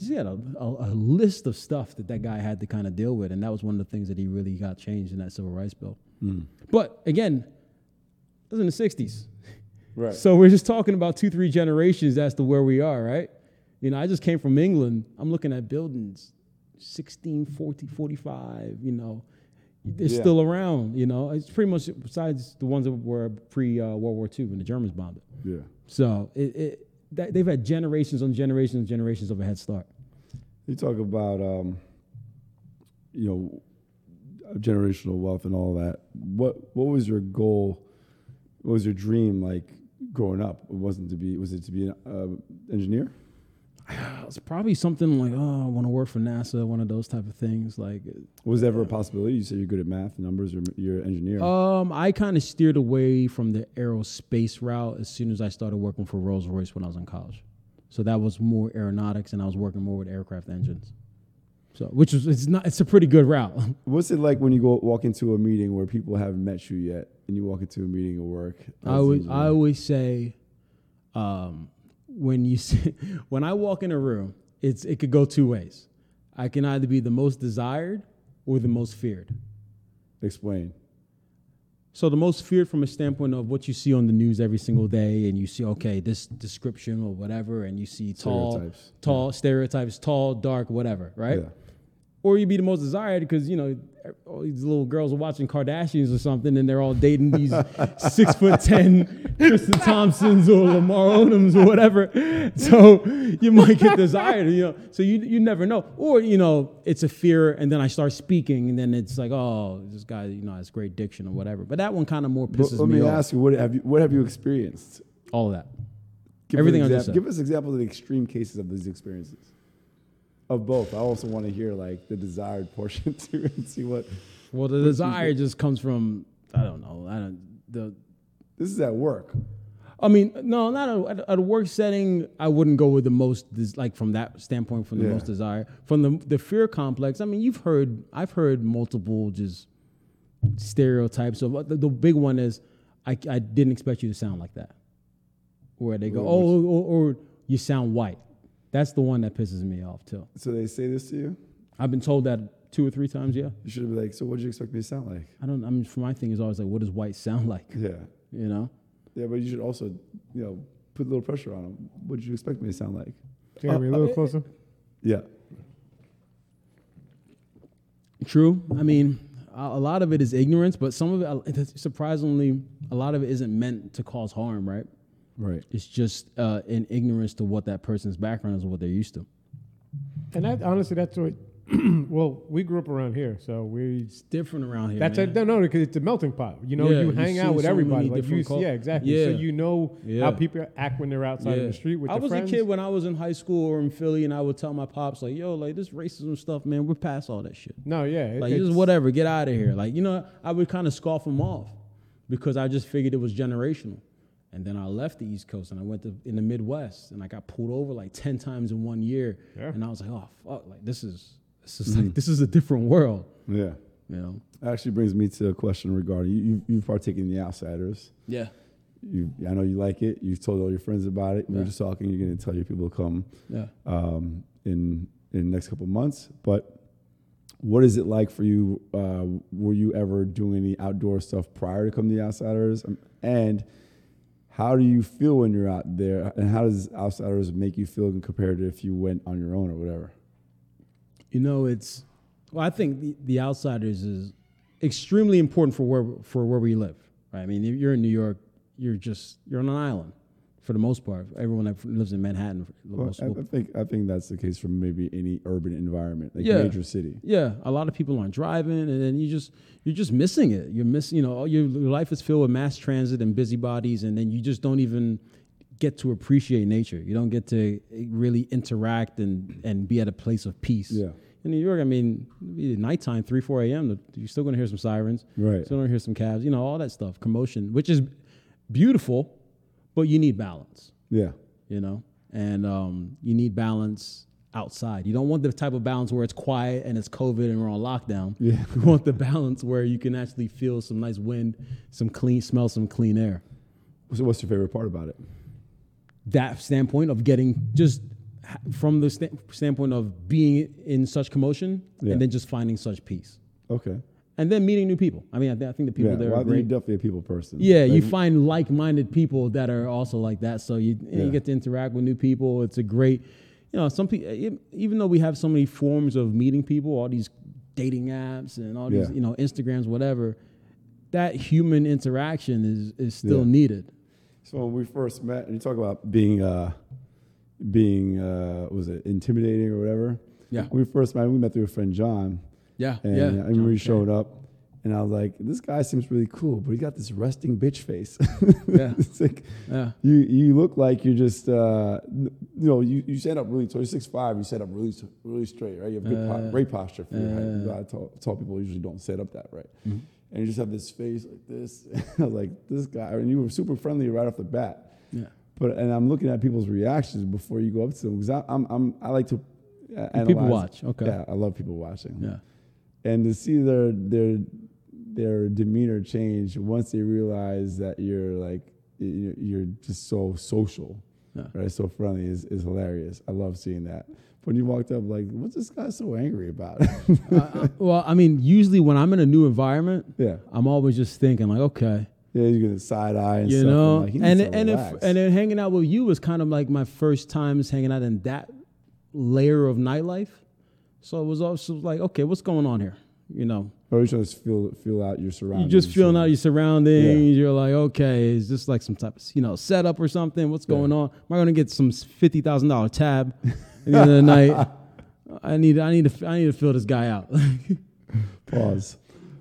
he had a, a, a list of stuff that that guy had to kind of deal with, and that was one of the things that he really got changed in that civil rights bill.
Hmm.
But again, it was in the '60s,
Right.
so we're just talking about two, three generations as to where we are, right? You know, I just came from England. I'm looking at buildings, 16, 40, 45. You know, it's
Yeah.
still around. You know, it's pretty much besides the ones that were pre uh, World War II when the Germans bombed it.
yeah.
So it, it that, they've had generations on generations and generations of a head start.
You talk about um, you know generational wealth and all that. What what was your goal? What was your dream like growing up? It wasn't to be. Was it to be an uh, engineer?
uh, It's probably something like, oh, I want to work for NASA, one of those type of things. Like,
Was that ever a possibility? You said you're good at math, numbers, or you're an engineer.
um, I kind of steered away from the aerospace route as soon as I started working for Rolls Royce when I was in college. So that was more aeronautics, and I was working more with aircraft engines. So, which is it's not it's a pretty good route.
What's it like when you go walk into a meeting where people haven't met you yet, and you walk into a meeting at work?
I always I always say, um, when you see, when I walk in a room, it's it could go two ways. I can either be the most desired or the most feared.
explain.
So the most feared from a standpoint of what you see on the news every single day, and you see okay this description or whatever, and you see tall,
Stereotypes.
tall stereotypes, tall, dark, whatever, right?
Yeah.
Or you'd be the most desired because you know all these little girls are watching Kardashians or something, and they're all dating these six foot ten Tristan Thompsons or Lamar Odoms or whatever. So you might get desired, you know. So you you never know. Or you know it's a fear, and then I start speaking, and then it's like oh this guy you know has great diction or whatever. But that one kind of more
But
pisses
let
me
me
off.
ask you, what have you what have you experienced?
All of that.
Give
Everything I
us
just
exam-
said.
Give us examples of the extreme cases of these experiences. Of both, I also want to hear like the desired portion too, and see what
Well, the desire just comes from I don't know. I don't the.
this is at work.
I mean, no, not a, at, a- at a work setting. I wouldn't go with the most des- like from that standpoint, from the
Yeah.
most desire, from the the fear complex. I mean, you've heard I've heard multiple just stereotypes of uh, the, the big one is I, I didn't expect you to sound like that, where they go,
Wait,
oh, or, or you sound white. That's the one that pisses me off too.
So they say this to you.
I've been told that two or three times. Yeah,
You should be like, so what did you expect me to sound like?
I don't. I mean, for my thing is always like, what does white sound like?
Yeah,
You know.
yeah, but you should also, you know, put a little pressure on them. What did you expect me to sound like?
Jeremy, a little closer.
Yeah,
True. I mean, a a lot of it is ignorance, but some of it, it's surprisingly, a lot of it isn't meant to cause harm, right?
right.
It's just uh, an ignorance to what that person's background is, what they're used to.
And that honestly, that's what. well, we grew up around here, so we.
It's different around here.
That's
man.
it. No, no, because it's a melting pot. You know,
Yeah,
you
you
hang out
see
with
so many
everybody. Like you,
different cul-
yeah, exactly. So
Yeah.
you know
Yeah.
how people act when they're outside in the street with
I
their
was
friends.
a kid when I was in high school or in Philly, and I would tell my pops like, "Yo, like this racism stuff, man, we're past all that shit.
No, yeah, it-
Like, just
it's-
whatever, get out of here." Like, you know, I would kind of scoff them off because I just figured it was generational. And then I left the East Coast and I went to in the Midwest, and I got pulled over like ten times in one year,
Yeah. Mm-hmm.
and I was like, "Oh fuck, like this is this is like this is a different world,"
Yeah,
you know?
actually brings me to a question regarding you. you you've partaken in the outsiders.
Yeah.
You, I know you like it. You've told all your friends about it. We were
Yeah.
just talking. You're going to tell your people to come
Yeah.
um, in in the next couple of months. But what is it like for you? Uh, were you ever doing any outdoor stuff prior to coming to the Outsiders? Um, and how do you feel when you're out there? And how does Outsiders make you feel compared to if you went on your own or whatever?
You know, it's well. I think the, the outsiders is extremely important for where for where we live. Right? I mean, if you're in New York, you're just you're on an island for the most part. Everyone that lives in Manhattan, for the
Well,
most
I, I think I think that's the case for maybe any urban environment, like
Yeah.
major city.
yeah, a lot of people aren't driving, and then you just you're just missing it. You're missing, you know, all your, your life is filled with mass transit and busybodies, and then you just don't even get to appreciate nature. You don't get to eh, really interact and and be at a place of peace.
Yeah.
In New York, I mean, it'd be nighttime, three, four a.m. You're still gonna hear some sirens.
Right.
Still gonna hear some cabs. You know, all that stuff, commotion, which is beautiful, but you need balance
Yeah,
you know and um, you need balance outside you don't want the type of balance where it's quiet and it's covid and we're on lockdown
Yeah.
you want the balance where you can actually feel some nice wind some clean smell some clean air
So, what's your favorite part about it?
that standpoint of getting just ha- from the sta- standpoint of being in such commotion
Yeah.
and then just finding such peace
Okay,
and then meeting new people i mean i, th- I think the people
yeah,
there
well, I
are
think you're
great
definitely a people person.
Yeah, you
Like,
find like-minded people that are also like that. So you and
Yeah.
you get to interact with new people. It's a great, you know, some people. Even though we have so many forms of meeting people, all these dating apps and all these,
Yeah.
you know, Instagrams, whatever. That human interaction is is still
Yeah.
needed.
So when we first met, and you talk about being uh, being uh, what was it intimidating or whatever.
Yeah.
When we first met, we met through a friend John,
Yeah,
and uh, I remember he showed up, and I was like, "This guy seems really cool, but he's got this resting bitch face."
Yeah.
it's like
Yeah.
you you look like you're just uh, n- you know you, you stand up really tall. You're six five. You stand up really s- really straight, right? You have good po-
Uh,
great posture for your height.
uh,
A lot of tall, tall people usually don't sit up that right. And you just have this face like this. I was like, this guy, and you were super friendly right off the bat.
Yeah.
But and I'm looking at people's reactions before you go up to them because I'm I'm I like to uh, analyze.
People watch. Okay.
Yeah, I love people watching.
Yeah.
and to see their their their demeanor change once they realize that you're like you- you're just so social
Yeah.
right so friendly is, is hilarious i love seeing that when you walked up like what's this guy so angry about
Uh, well, I mean, usually when I'm in a new environment,
yeah
I'm always just thinking like, okay,
yeah you get a side eye and
you
stuff I'm
know,
like, he
and
needs to
and if,
relax.
and then hanging out with you was kind of like my first times hanging out in that layer of nightlife. So it was also like, okay, what's going on here? You know,
or you just feel feel out your
you
surroundings
just feeling out your surroundings.
Yeah.
You're like, okay, is this like some type of you know setup or something? What's going on? Am I going to get some fifty thousand dollar tab at the end of the night? I need, I need to, I need to fill this guy out.
pause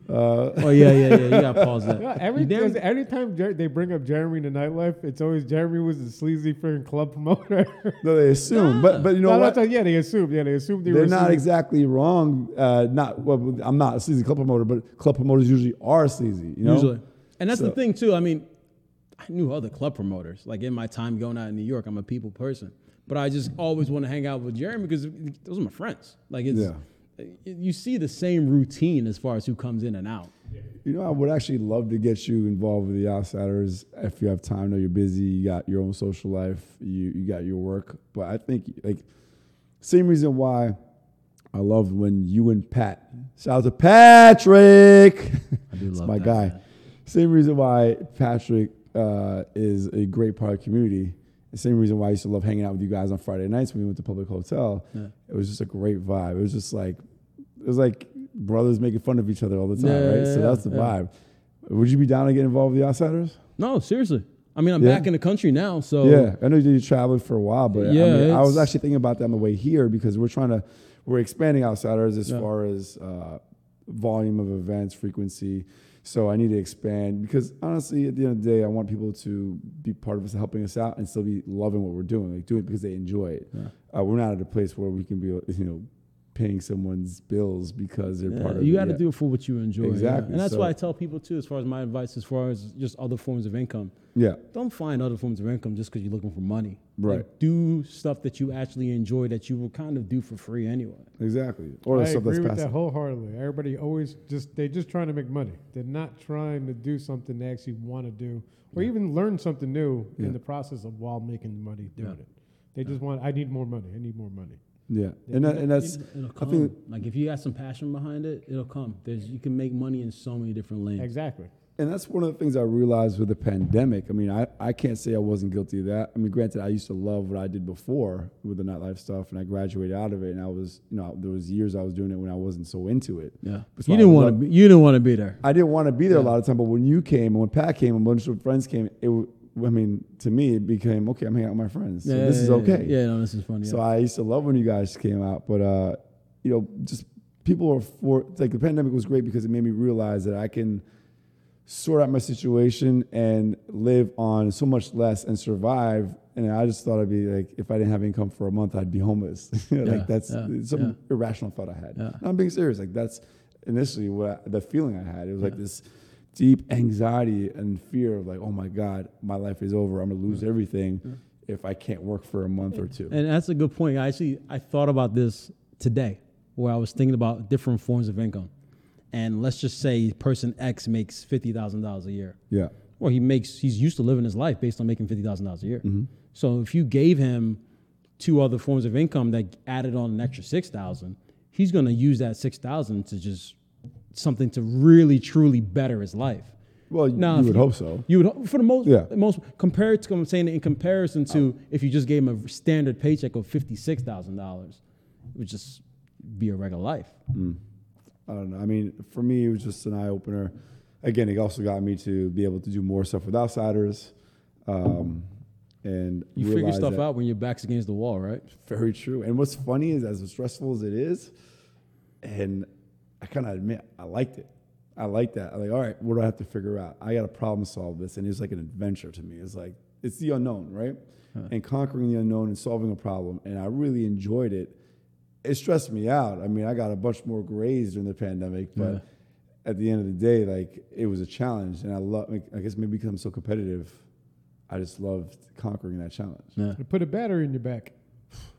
uh,
oh yeah, yeah, yeah. You got to pause that.
No, every,
You damn-
every time Jer- they bring up Jeremy in the nightlife, it's always Jeremy was a sleazy freaking club promoter.
no they assume but but you know
no,
what
that's like, yeah, they assumed. Yeah, they assumed they
They're
were
not
sleazy.
exactly wrong. Uh, not well, I'm not a sleazy club promoter, but club promoters usually are sleazy. You know,
Usually. And that's the
So-
thing too. I mean, I knew other club promoters. Like in my time going out in New York, I'm a people person. But I just always want to hang out with Jeremy because those are my friends. Like it's you see the same routine as far as who comes in and out.
You know, I would actually love to get you involved with the Outsiders if you have time. I know you're busy. You got your own social life. You you got your work. But I think like same reason why I love when you and Pat shout out to Patrick. I
do love
my
that,
guy.
man.
Same reason why Patrick uh, is a great part of the community. The same reason why I used to love hanging out with you guys on Friday nights when we went to Public Hotel. It was just a great vibe. It was just like it was like brothers making fun of each other all the time,
Yeah,
right?
yeah,
so
yeah,
that's the
yeah.
vibe. Would you be down to get involved with the Outsiders?
No, seriously. I mean, I'm
Yeah.
back in the country now, so
Yeah, I know you traveled for a while, but
Yeah,
I, mean, I was
it's-
actually thinking about that on the way here because we're trying to we're expanding outsiders as far as uh, volume of events, frequency. So I need to expand because honestly, at the end of the day, I want people to be part of us, helping us out, and still be loving what we're doing, like doing it because they enjoy it. Uh, we're not at a place where we can be, you know, paying someone's bills because they're
Yeah,
part of
you
it.
got to
Yeah.
do it for what you enjoy. yeah.
Exactly,
And that's
so-
why I tell people too, as far as my advice, as far as just other forms of income.
Yeah,
don't find other forms of income just because you're looking for money.
Right.
Like, do stuff that you actually enjoy that you will kind of do for free anyway.
exactly. Or
I
stuff
agree
that's
with that
passive.
wholeheartedly. Everybody always just they're just trying to make money. They're not trying to do something they actually want to do, or even learn something new
Yeah.
in the process of while making money doing
Yeah.
it. They just want. I need more money. I need more money.
Yeah, and that, and that's
it'll
I
come.
think
like if you got some passion behind it, it'll come. There's you can make money in so many different lanes.
Exactly.
And that's one of the things I realized with the pandemic. I mean, I, I can't say I wasn't guilty of that. I mean, granted, I used to love what I did before with the nightlife stuff, and I graduated out of it. And I was, you know, there was years I was doing it when I wasn't so into it.
Yeah.
That's why
You
I
didn't
love-
want to be you didn't want to be there.
I didn't want to be there a lot of time, but when you came and when Pat came and a bunch of friends came, it, w- I mean, to me, it became okay. I'm hanging out with my friends, so this is
yeah,
okay.
Yeah, no, this is funny.
So
yeah.
I used to love when you guys came out, but uh, you know, just people are for like the pandemic was great because it made me realize that I can sort out my situation and live on so much less and survive. And I just thought I'd be like, if I didn't have income for a month, I'd be homeless. You know,
Yeah,
like that's
yeah,
some
yeah.
irrational thought I had.
Yeah.
And I'm being serious. Like that's initially what I, the feeling I had. It was like this deep anxiety and fear of like, oh my god, my life is over. I'm gonna lose everything if I can't work for a month or two.
and that's a good point. I actually I thought about this today where I was thinking about different forms of income. And let's just say person X makes fifty thousand dollars a year.
Yeah.
Well, he makes he's used to living his life based on making fifty thousand dollars a year.
Mm-hmm.
So if you gave him two other forms of income that added on an extra six thousand, he's gonna use that six thousand to just something to really truly better his life.
Well,
Now,
you
if
would hope so.
You would ho- for the most
Yeah. Oh.
the most compared to I'm saying in comparison to if you just gave him a standard paycheck of fifty six thousand dollars, it would just be a regular life.
I don't know. I mean, for me, it was just an eye opener. Again, it also got me to be able to do more stuff with outsiders, um, and
You figure
realize
stuff
that-
out when your back's against the wall, right?
Very true. And what's funny is, as stressful as it is, and I kind of admit I liked it. I like that. I'm like, all right, what do I have to figure out? I got to problem solve this, and it's like an adventure to me. It's like it's the unknown, right? And conquering the unknown and solving a problem, and I really enjoyed it. It stressed me out. I mean, I got a bunch more grades during the pandemic, but
Yeah.
at the end of the day, like it was a challenge, and I love. I guess maybe because I'm so competitive, I just loved conquering that challenge.
Yeah.
They put a battery in your back.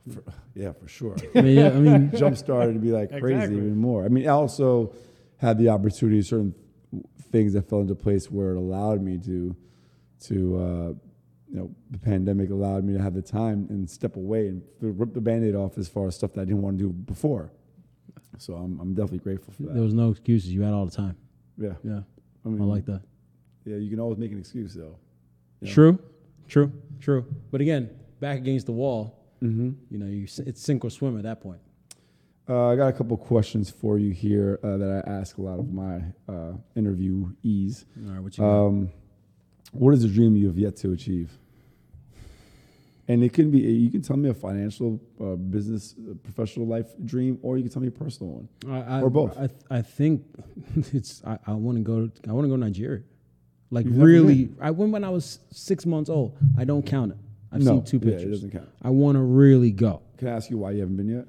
For, yeah, for sure.
I mean, yeah, I mean,
Jump started to be like crazy
Exactly.
even more. I mean, I also had the opportunity, certain things that fell into place where it allowed me to, to, uh, you know, the pandemic allowed me to have the time and step away and rip the band-aid off as far as stuff that I didn't want to do before. So I'm, I'm definitely grateful for
there
that.
was no excuses. You had all the time.
Yeah.
Yeah,
I mean,
I like that.
yeah, you can always make an excuse though. Yeah.
True, true, true. But again, back against the wall, you know, you, s- it's sink or swim at that point.
Uh, I got a couple questions for you here uh, that I ask a lot of my uh, interviewees.
All right, what you got?
Um, what is a dream you have yet to achieve? And it can be, you can tell me a financial, uh, business, uh, professional life dream, or you can tell me a personal one.
I, I,
or both.
I, th- I think it's. I, I want to go. I want to go to Nigeria. Like
You've never
really, I went when I was six months old. I don't count it. I've
No,
seen two
yeah, it
pictures.
doesn't count.
I want to really go.
Can I ask you why you haven't been yet?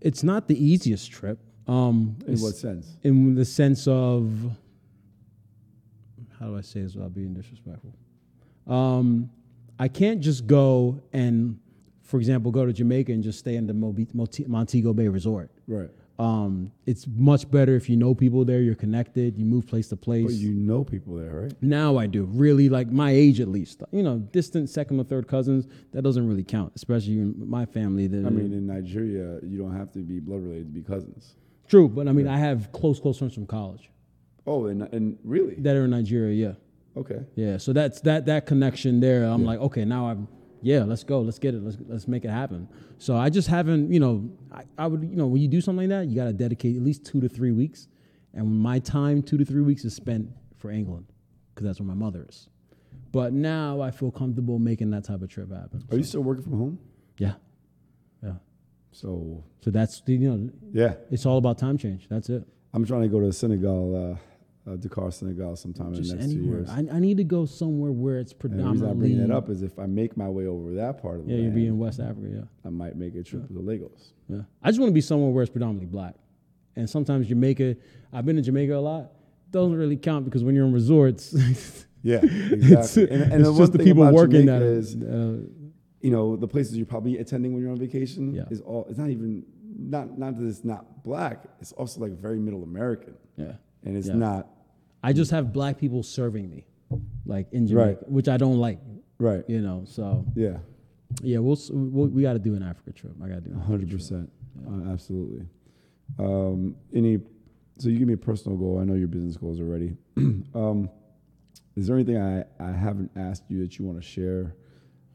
It's not the easiest trip. Um,
In
it's-
what sense?
in the sense of how do I say this without being disrespectful? Um, I can't just go and, for example, go to Jamaica and just stay in the Mobi- Moti- Montego Bay Resort.
Right.
Um, it's much better if you know people there, you're connected, you move place to place.
But you know people there, right?
Now I do really like my age at least. You know, distant second or third cousins that doesn't really count, especially in my family. That
I mean, in Nigeria, you don't have to be blood related to be cousins.
true, but I mean I have close close friends from college
Oh, and, and really?
that are in Nigeria. Yeah,
Okay.
yeah. So that's that that connection there. I'm like, okay, now I'm yeah, let's go, let's get it, let's let's make it happen. So I just haven't, you know, I, I would, you know, when you do something like that, you got to dedicate at least two to three weeks, and my time two to three weeks is spent for England because that's where my mother is. But now I feel comfortable making that type of trip happen.
Are you still working from home?
Yeah, yeah.
So,
So that's the, you know,
yeah.
it's all about time change. That's it.
I'm trying to go to Senegal, uh, uh, Dakar, Senegal, sometime in
Just
the next two
anywhere.
years.
I, I need to go somewhere where it's
And the reason I
predominantly.
bring that up is if I make my way over that part of the
yeah, you'll
land,
be in West Africa. Yeah.
I might make a trip to Lagos.
Yeah. I just want to be somewhere where it's predominantly black. And sometimes Jamaica, I've been to Jamaica a lot, doesn't really count because when you're in resorts,
Yeah,
it's,
exactly. and, and
it's
the one
just the
thing
people
about
working
Jamaica
that.
is,
uh,
you know, the places you're probably attending when you're on vacation
Yeah.
is all. It's not even not not that it's not black. It's also like very middle American,
yeah.
and it's
Yeah.
not
I just have black people serving me, like in Jamaica,
Right.
which I don't like,
right.
you know. So
Yeah,
yeah, we'll, s- we'll we got to do an Africa trip. I got to do. An
hundred percent, uh, absolutely. Um, any, so you give me a personal goal. I know your business goals already. um, is there anything I, I haven't asked you that you want to share?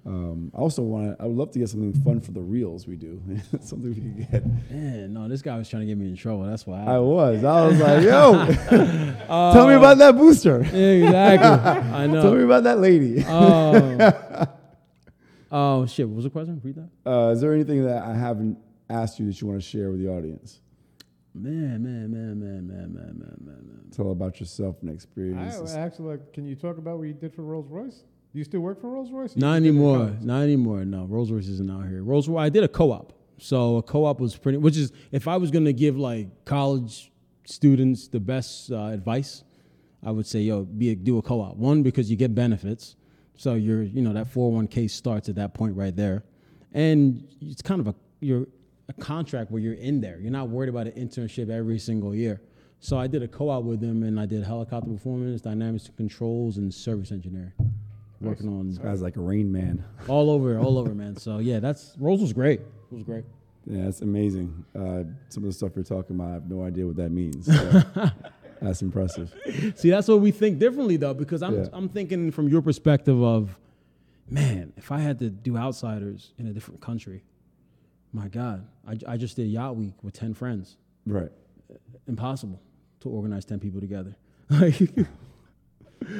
Um, I also want to. I would love to get something fun for the reels we do. something we could get.
Man, no, this guy was trying to get me in trouble. That's why.
I was. I was like, yo, Um, tell me about that booster.
exactly.
Tell
I
me
know.
about that lady.
Oh. oh shit! What was the question? Read that.
Uh, is there anything that I haven't asked you that you want to share with the audience?
Man, man, man, man, man, man, man, man, man.
Tell about yourself and
I
experiences.
actually like, can you talk about what you did for Rolls Royce? Do you still work for Rolls Royce?
Not anymore. Not anymore. No, Rolls Royce isn't out here. Rolls Royce. I did a co-op, so a co-op was pretty. Which is, if I was gonna give like college students the best uh, advice, I would say, yo, be a, do a co-op. One because you get benefits, so you're you know that 401k starts at that point right there, and it's kind of a you're a contract where you're in there. You're not worried about an internship every single year. So I did a co-op with them, and I did helicopter performance, dynamics and controls, and service engineering. Working on
This guy's like a rain man.
all over, all over, man. So yeah, that's Rose was great. It was great.
Yeah, that's amazing. Uh, some of the stuff you're talking about, I have no idea what that means. so that's impressive.
See, that's what we think differently though, because I'm
Yeah.
I'm thinking from your perspective of, man, if I had to do outsiders in a different country, my God, I, I just did yacht week with ten friends.
Right.
Impossible to organize ten people together. Like,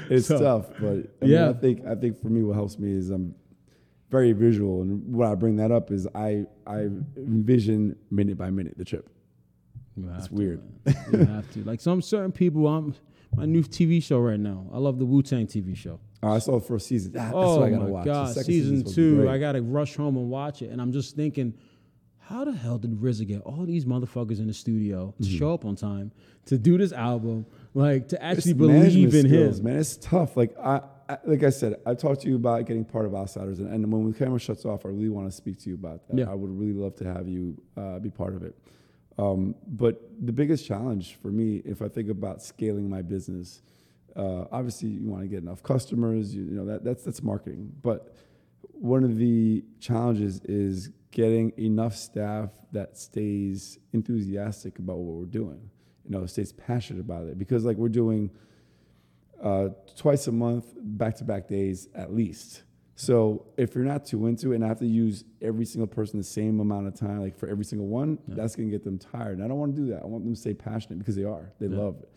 It's
So-
tough, but I mean,
Yeah.
I think I think for me, what helps me is I'm very visual, and what I bring that up is I I envision minute by minute the trip.
you have to,
weird.
man. You have to. Like some certain people, I'm my new TV show right now. I love the Wu Tang TV show.
Oh, I saw the first season. Ah, That's
oh
what I gotta
my
watch. The
god,
second
season
season's supposed to be
two!
great.
I gotta rush home and watch it. And I'm just thinking, how the hell did RZA get all these motherfuckers in the studio to
Mm-hmm.
show up on time to do this album? Like to
It's
actually
management
believe in
skills,
him.
man. It's tough. Like I, I, like I said, I talked to you about getting part of Outsiders, and, and when the camera shuts off, I really want to speak to you about that.
Yeah.
I would really love to have you uh, be part of it. Um, but the biggest challenge for me, if I think about scaling my business, uh, obviously you want to get enough customers. You, you know that that's that's marketing, but one of the challenges is getting enough staff that stays enthusiastic about what we're doing. You know, stays passionate about it because like we're doing uh, twice a month, back to back days at least. So if you're not too into it, and I have to use every single person the same amount of time, like for every single one, that's gonna get them tired. And I don't want to do that. I want them to stay passionate because they are. They love it.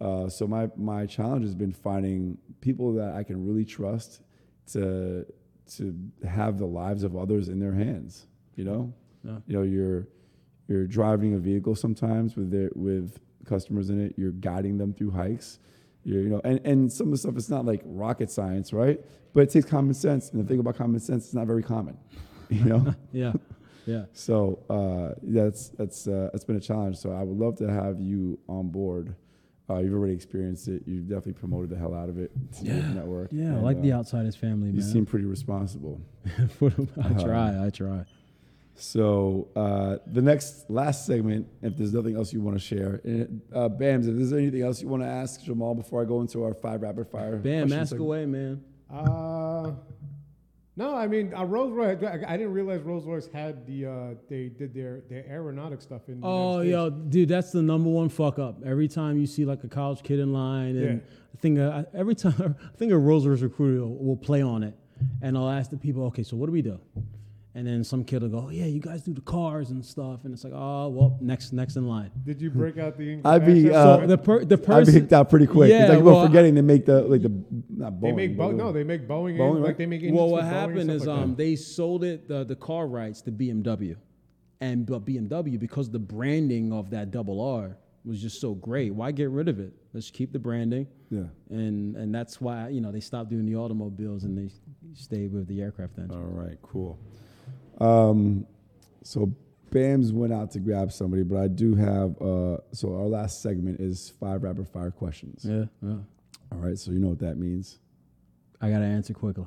Uh, so my my challenge has been finding people that I can really trust to to have the lives of others in their hands. You know,
Yeah.
you know you're you're driving a vehicle sometimes with their with customers in it. You're guiding them through hikes. You're, you know, and and some of the stuff it's not like rocket science, right? But it takes common sense, and the thing about common sense it's not very common. You know.
Yeah. Yeah.
So uh, that's that's uh, that's been a challenge. So I would love to have you on board. Uh, you've already experienced it. You've definitely promoted the hell out of it to your network.
Yeah. I
And,
like the
uh,
outsiders family,
You
man.
seem pretty responsible.
I try. I try.
So uh, the next last segment, if there's nothing else you want to share, and, uh, Bams, if there's anything else you want to ask Jamal before I go into our five rapid fire.
Bam,
question
ask
segment.
away, man.
Uh, no, I mean uh, Rolls Royce. I, I didn't realize Rolls Royce had the uh, they did their their aeronautic stuff in. the
Oh,
United States.
yo, dude, that's the number one fuck up. Every time you see like a college kid in line, and
Yeah.
I think uh, I- every time I think a Rolls Royce recruiter will, will play on it, and I'll ask the people, okay, so what do we do? And then some kid will go, oh, yeah, you guys do the cars and stuff, and it's like, oh, well, next next in line.
Did you break out the English?
I'd be,
accent?
uh,
So the per, the
I
person
picked out pretty quick.
Yeah,
it's like
well,
we're forgetting to make the like the not Boeing.
they make
but
Bo- no, they make Boeing,
Boeing,
and,
right?
like they make engines
Well,
for
what
Boeing and
happened
stuff
is
like that.
um, they sold it the, the car rights to BMW, and but BMW because the branding of that double R was just so great. Why get rid of it? Let's keep the branding,
Yeah.
and and that's why you know they stopped doing the automobiles and they stayed with the aircraft engine.
All right, cool. Um, so Bams went out to grab somebody, but I do have. Uh, so our last segment is five rapid fire questions.
Yeah, yeah.
All right, so you know what that means.
I gotta answer quickly.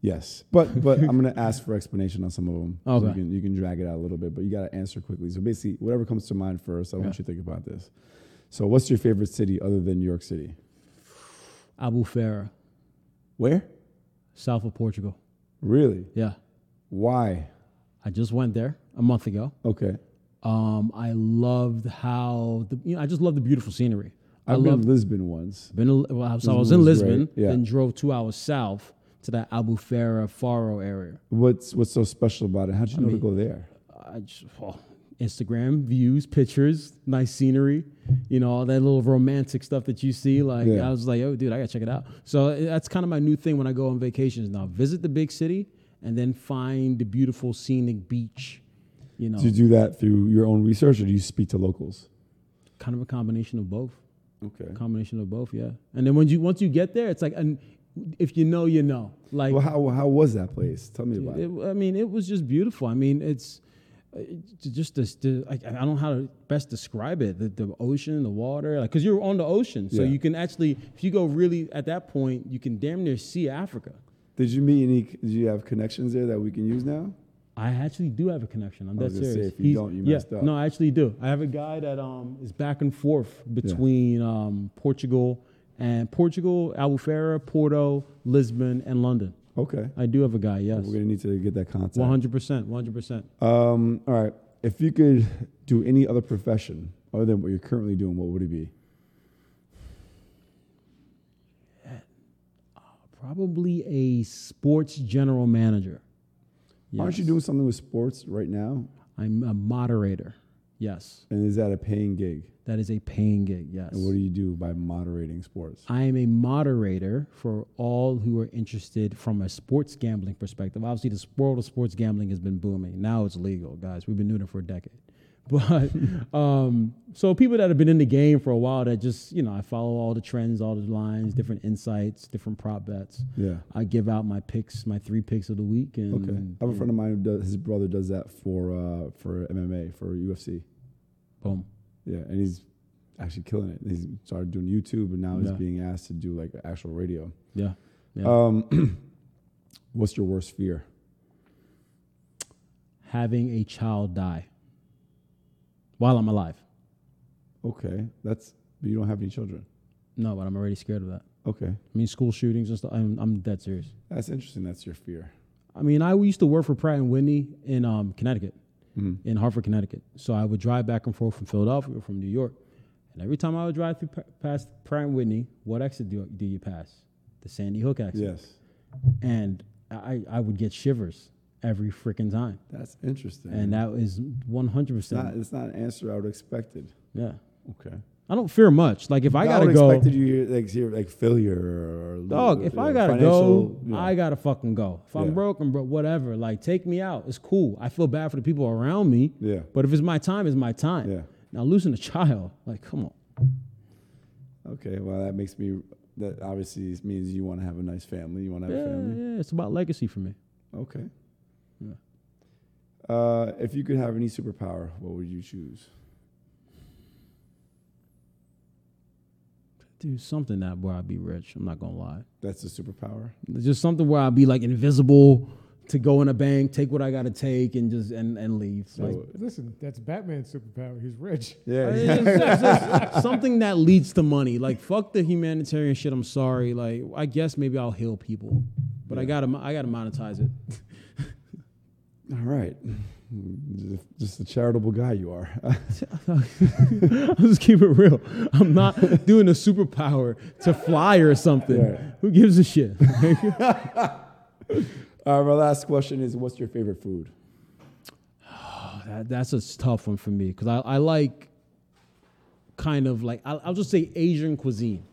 Yes, but but I'm gonna ask for explanation on some of them. So you
Okay.
can you can drag it out a little bit, but you gotta answer quickly. So basically, whatever comes to mind first. I want you to think about this. So, what's your favorite city other than New York City?
Abu Ferra,
Where?
south of Portugal.
Really?
Yeah,
Why?
I just went there a month ago.
Okay.
Um, I loved how the, you know I just love the beautiful scenery. I
I've been
love
to Lisbon once.
Been a, well, so I was
Lisbon
in
was
Lisbon,
great, yeah.
then drove two hours south to that Albufeira Faro area.
What's what's so special about it? How'd you know to go there?
I just, well, Instagram views, pictures, nice scenery, you know, all that little romantic stuff that you see. Like
Yeah.
I was like, oh, dude, I gotta check it out. So eh, that's kind of my new thing when I go on vacations now: visit the big city and then find the beautiful scenic beach. You know,
Do you do that through your own research, or do you speak to locals?
kind of a combination of both.
Okay.
Combination of both, yeah. And then when you once you get there, it's like, and if you know, you know. Like
Well, how how was that place? Tell me about it.
It- I mean, it was just beautiful. I mean, it's uh, it's just this. the- I, I don't know how to best describe it. The, the ocean, the water, like because you're on the ocean, so
Yeah.
you can actually, if you go really at that point, you can damn near see Africa.
Did you meet any? Did you have connections there that we can use now?
I actually do have a connection. I'm
I was
that
gonna say,
serious.
if you don't, you
yeah,
messed up.
No, I actually do. I have a guy that um, is back and forth between um, Portugal and Portugal, Albufeira, Porto, Lisbon, and London.
Okay.
I do have a guy. Yes,
We're gonna need to get that contact.
100 percent, 100 percent.
Um, all right. If you could do any other profession other than what you're currently doing, what would it be?
Probably a sports general manager.
Aren't you
Yes.
doing something with sports right now?
I'm a moderator. Yes,
And is that a paying gig?
that is a paying gig. Yes.
And what do you do by moderating sports?
I am a moderator for all who are interested from a sports gambling perspective. Obviously, the world of sports gambling has been booming. Now it's legal, guys. We've been doing it for a decade. But um, so people that have been in the game for a while that just, you know, I follow all the trends, all the lines, different insights, different prop bets.
Yeah.
I give out my picks, my three picks of the week. And
Okay. Mm-hmm. I have a friend of mine who does, his brother does that for uh, for MMA, for UFC.
boom.
Yeah, and he's actually killing it. He's started doing YouTube, and now he's
Yeah.
being asked to do like actual radio.
Yeah. Yeah.
Um, what's your worst fear?
Having a child die while I'm alive.
Okay, that's but you don't have any children.
No, but I'm already scared of that.
Okay,
I mean, school shootings and stuff. I'm, I'm dead serious.
that's interesting. That's your fear.
I mean, I used to work for Pratt and Whitney in um, Connecticut,
Mm-hmm.
in Hartford, Connecticut. So I would drive back and forth from Philadelphia or from New York, and every time I would drive through pa- past Pratt and Whitney, what exit do, do you pass? The Sandy Hook exit.
Yes,
And I, I would get shivers every freaking time,
that's interesting.
and that is 100.
it's not
percent
it's not an answer I would have expected.
Yeah,
Okay,
I don't fear much. Like if I
would
gotta
have
go,
Expected you hear, like hear like failure or lo-
Dog, if
uh,
I gotta
financial,
go,
you know.
I gotta fucking go. If
Yeah.
I'm broke, I'm broke. Whatever. Like, take me out. It's cool. I feel bad for the people around me.
Yeah.
But if it's my time, it's my time.
Yeah.
Now losing a child, like, come on.
Okay, well that makes me. That obviously means you want to have a nice family. You want to have
Yeah,
a family.
yeah. It's about legacy for me.
Okay.
Yeah.
Uh, if you could have any superpower, what would you choose?
Do something that where I'd be rich. I'm not gonna lie.
That's a superpower.
Just something where I'd be like invisible to go in a bank, take what I gotta take, and just and and leave. Like,
So,
Listen, that's Batman's superpower. He's rich.
yeah, yeah.
It's just- it's just something that leads to money. Like fuck the humanitarian shit. I'm sorry. Like I guess maybe I'll heal people, but I gotta I gotta monetize it.
All right. Just- Just the charitable guy you are.
I'll just keep it real. I'm not doing a superpower to fly or something.
Right.
Who gives a shit?
Uh, my last question is what's your favorite food?
That- that's a s- tough one for me because I, I like kind of like I'll, I'll just say Asian cuisine.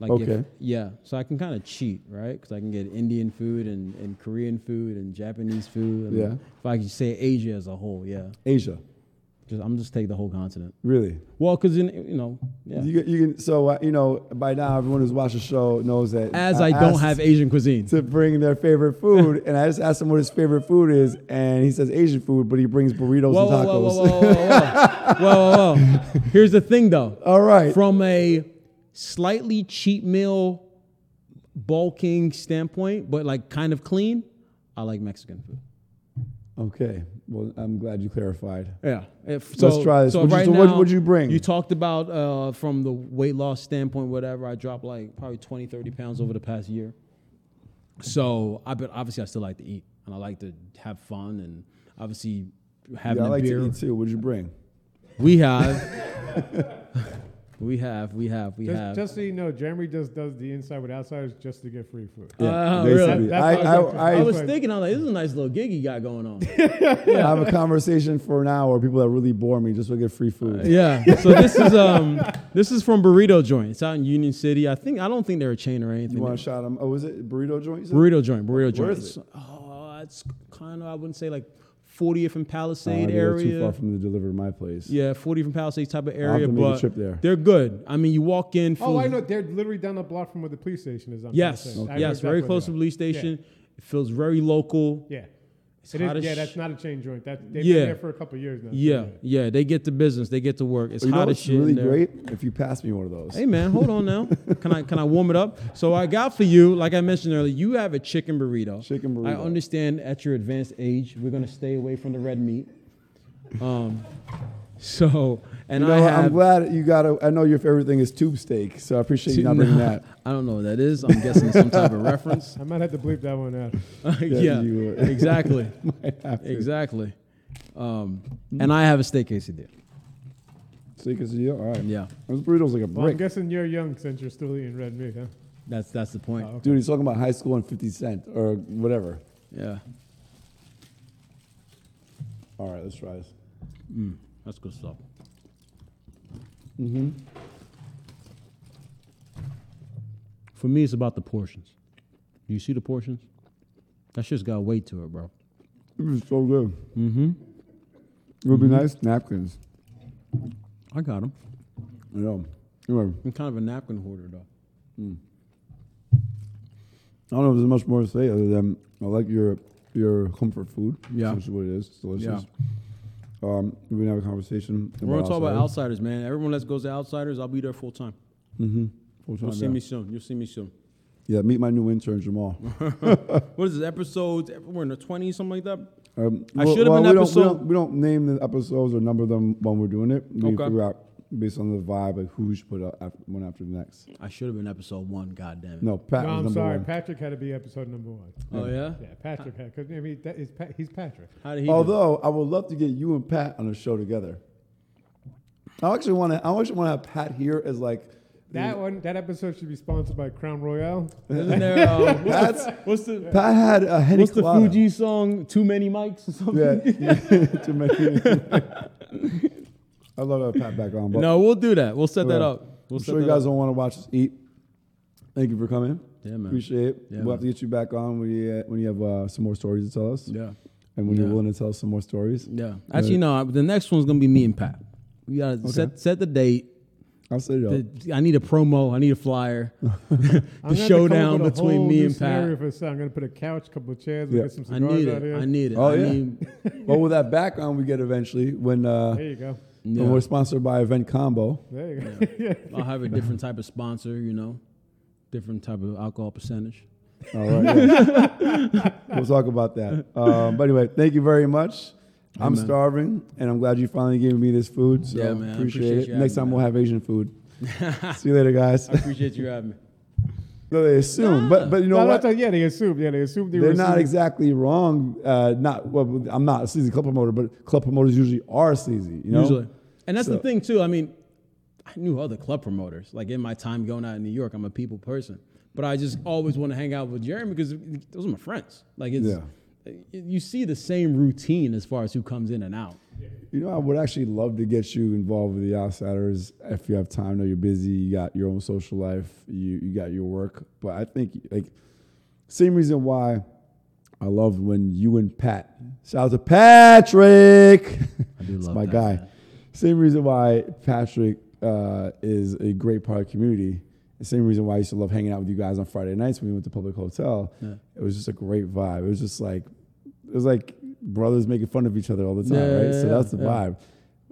Like if-
Okay.
yeah, so I can kind of cheat, right? Because I can get Indian food and, and Korean food and Japanese food. and
Yeah.
If I could say Asia as a whole, yeah.
Asia.
Just I'm just take the whole continent.
Really?
Well, because in you know, yeah.
You, you can, so, uh, you know, by now everyone who's watched the show knows that.
As I don't
asked
have Asian cuisine.
To bring their favorite food, and I just asked him what his favorite food is, and he says Asian food, but he brings burritos
Whoa,
and
whoa,
tacos.
whoa, whoa, whoa, whoa, whoa, whoa, whoa, whoa. Here's the thing, though.
All right.
From a slightly cheap meal, bulking standpoint, but like kind of clean, I like Mexican food.
okay. Well, I'm glad you clarified.
Yeah. If, so,
Let's try this.
So
What'd you-
right
so
now,
what- what'd you bring?
You talked about uh, from the weight loss standpoint, whatever. I dropped like probably 20, 30 pounds over the past year. So I but obviously I still like to eat and I like to have fun and obviously having
Yeah, I
a
like
beer.
to eat too. What'd you bring?
We have. we have. We have. We have.
Just, just so you know, Jeremy just does the inside with outsiders just to get free food.
Uh,
basically.
really?
I, I, I,
I was
Right.
thinking, I was like, this is a nice little gig you got going on.
I have a conversation for an hour. People that really bore me just will get free food.
yeah. So this is um this is from Burrito Joint. It's out in Union City. I think I don't think they're a chain or anything.
You want to shout them? Oh, is it burrito joint? you said?
burrito Joint. Burrito Joint.
is
It's- Oh, it's kind of I wouldn't say like 40th and
Uh,
Palisade
they were
area.
Too far from the deliver to my place.
yeah, 40th and Palisade type of
have
area.
to make a
but
trip there.
they're good. I mean, you walk in.
Oh, I
food-
know. They're literally down the block from where the police station is. I'm
Yes.
trying to say. I know
Yes.
exactly
Very
where
close to
they
the
are.
police station. It feels very local.
Yeah.
It's
It
hot as
is, yeah,
sh-
that's not a chain joint. That, they've
Yeah.
been there for a couple of years now.
Yeah, yeah, they get to business, they get to work. It's
Oh, You know
hot as
what's
shit. in
really
there.
great? If you pass me one of those.
Hey man, hold on now. Can I can I warm it up? So I got for you, like I mentioned earlier, you have a chicken burrito.
Chicken burrito.
I understand at your advanced age, we're gonna stay away from the red meat. Um, so and
You know
I
what?
have.
I'm glad you got. A, I know your favorite thing is tube steak, so I appreciate you not bringing
No,
that.
I don't know what that is. I'm guessing some type of reference.
I might have to bleep that one out.
yeah,
you, uh,
exactly,
have
exactly. Um, and I have a steak quesadilla.
Steak is yeah. All right.
Yeah,
Those burritos like a
Well, I'm
brick.
guessing you're young since you're still eating red meat, huh?
that's that's the point.
Oh, okay.
Dude, he's talking about high school and 50 cent or whatever.
Yeah,
All right, let's try this.
that's good stuff.
Mm-hmm.
For me, it's about the portions. You see the portions? That shit's got weight to it, bro.
It was so good.
Mm-hmm.
It would be nice napkins.
I got them.
You know. Anyway,
I'm kind of a napkin hoarder, though.
I don't know if there's much more to say other than I like your your comfort food.
Yeah.
which is what it is. It's delicious. Um, we're gonna have a conversation.
We're gonna talk about outsiders, man. Everyone that goes to outsiders, I'll be there full time.
Mm-hmm.
You'll see me soon. You'll see me soon.
Yeah, meet my new intern, Jamal.
What is this episodes? We're in the twenties, something like that.
Um,
I should
we
have been
don't- we
episode-
Don't, we, don't, name the episodes or number them when we're doing it. We
Okay.
figure out based on the vibe of who should put out after, one after the next.
I should have been episode one. God damn it.
No, Pat
No,
was
I'm
number
sorry.
one.
Patrick had to be episode number one.
Oh yeah.
Yeah, Patrick had because I mean that is Pat, he's Patrick.
How did he? do?
Although I would love to get you and Pat on a show together. I actually want to. I actually want to have Pat here as like.
That one, that episode should be sponsored by Crown Royale.
Isn't there? Um, what's,
That's
what's the
Pat had a Henny
What's the
Colada.
Fuji song? Too many mics or something.
Yeah, too many. I love to have Pat back on. But
No, we'll do that. We'll set that
Yeah.
up. We'll
I'm
set
sure you
that
guys
up.
don't want to watch us eat. Thank you for coming.
Yeah, man.
Appreciate it.
Yeah,
we'll have to get you back on when you uh, when you have uh, some more stories to tell us.
Yeah.
And when
Yeah.
you're willing to tell us some more stories.
Yeah. Actually, no. The next one's gonna be me and Pat. We gotta set set the date.
I'll set it up.
The- I need a promo. I need a flyer.
I'm
the
gonna have to come up
showdown
with a whole
between me
new
and
scenario
Pat.
for this. I'm going to put a couch, couple of chairs, we
Yeah.
will get some
I
cigars
need
out
it.
here.
I need it.
Oh,
I
yeah.
need,
well, with that background we get eventually when uh,
there you go.
yeah.
when we're sponsored by Event Combo.
There you go. Yeah.
I'll have a different type of sponsor, you know, different type of alcohol percentage.
All right. yeah. we'll talk about that. Um, but anyway, thank you very much. I'm
man.
starving, and I'm glad you finally gave me this food. So
Yeah, man, I
appreciate,
appreciate
it.
you
Next
having
time
me,
we'll have Asian food. See you later, guys.
I appreciate you having me.
So they assume, but but you know
No,
what?
that's a- yeah, they assumed. Yeah, they assumed they
They're
were
not
assuming-
exactly wrong. Uh, not well, I'm not a sleazy club promoter, but club promoters usually are sleazy. You know,
Usually. And that's the
So-
thing, too. I mean, I knew other club promoters. Like in my time going out in New York, I'm a people person. But I just always want to hang out with Jeremy because those are my friends. Like, it's, you see the same routine as far as who comes in and out.
You know, I would actually love to get you involved with the Outsiders if you have time. I know you're busy. You got your own social life. You you got your work. But I think like same reason why I love when you and Pat shout out to Patrick. I
do love
my
that,
guy.
man.
Same reason why Patrick uh, is a great part of the community. The same reason why I used to love hanging out with you guys on Friday nights when we went to Public Hotel. It was just a great vibe. It was just like it was like brothers making fun of each other all the time,
Yeah,
right?
yeah,
so that's the
yeah.
vibe.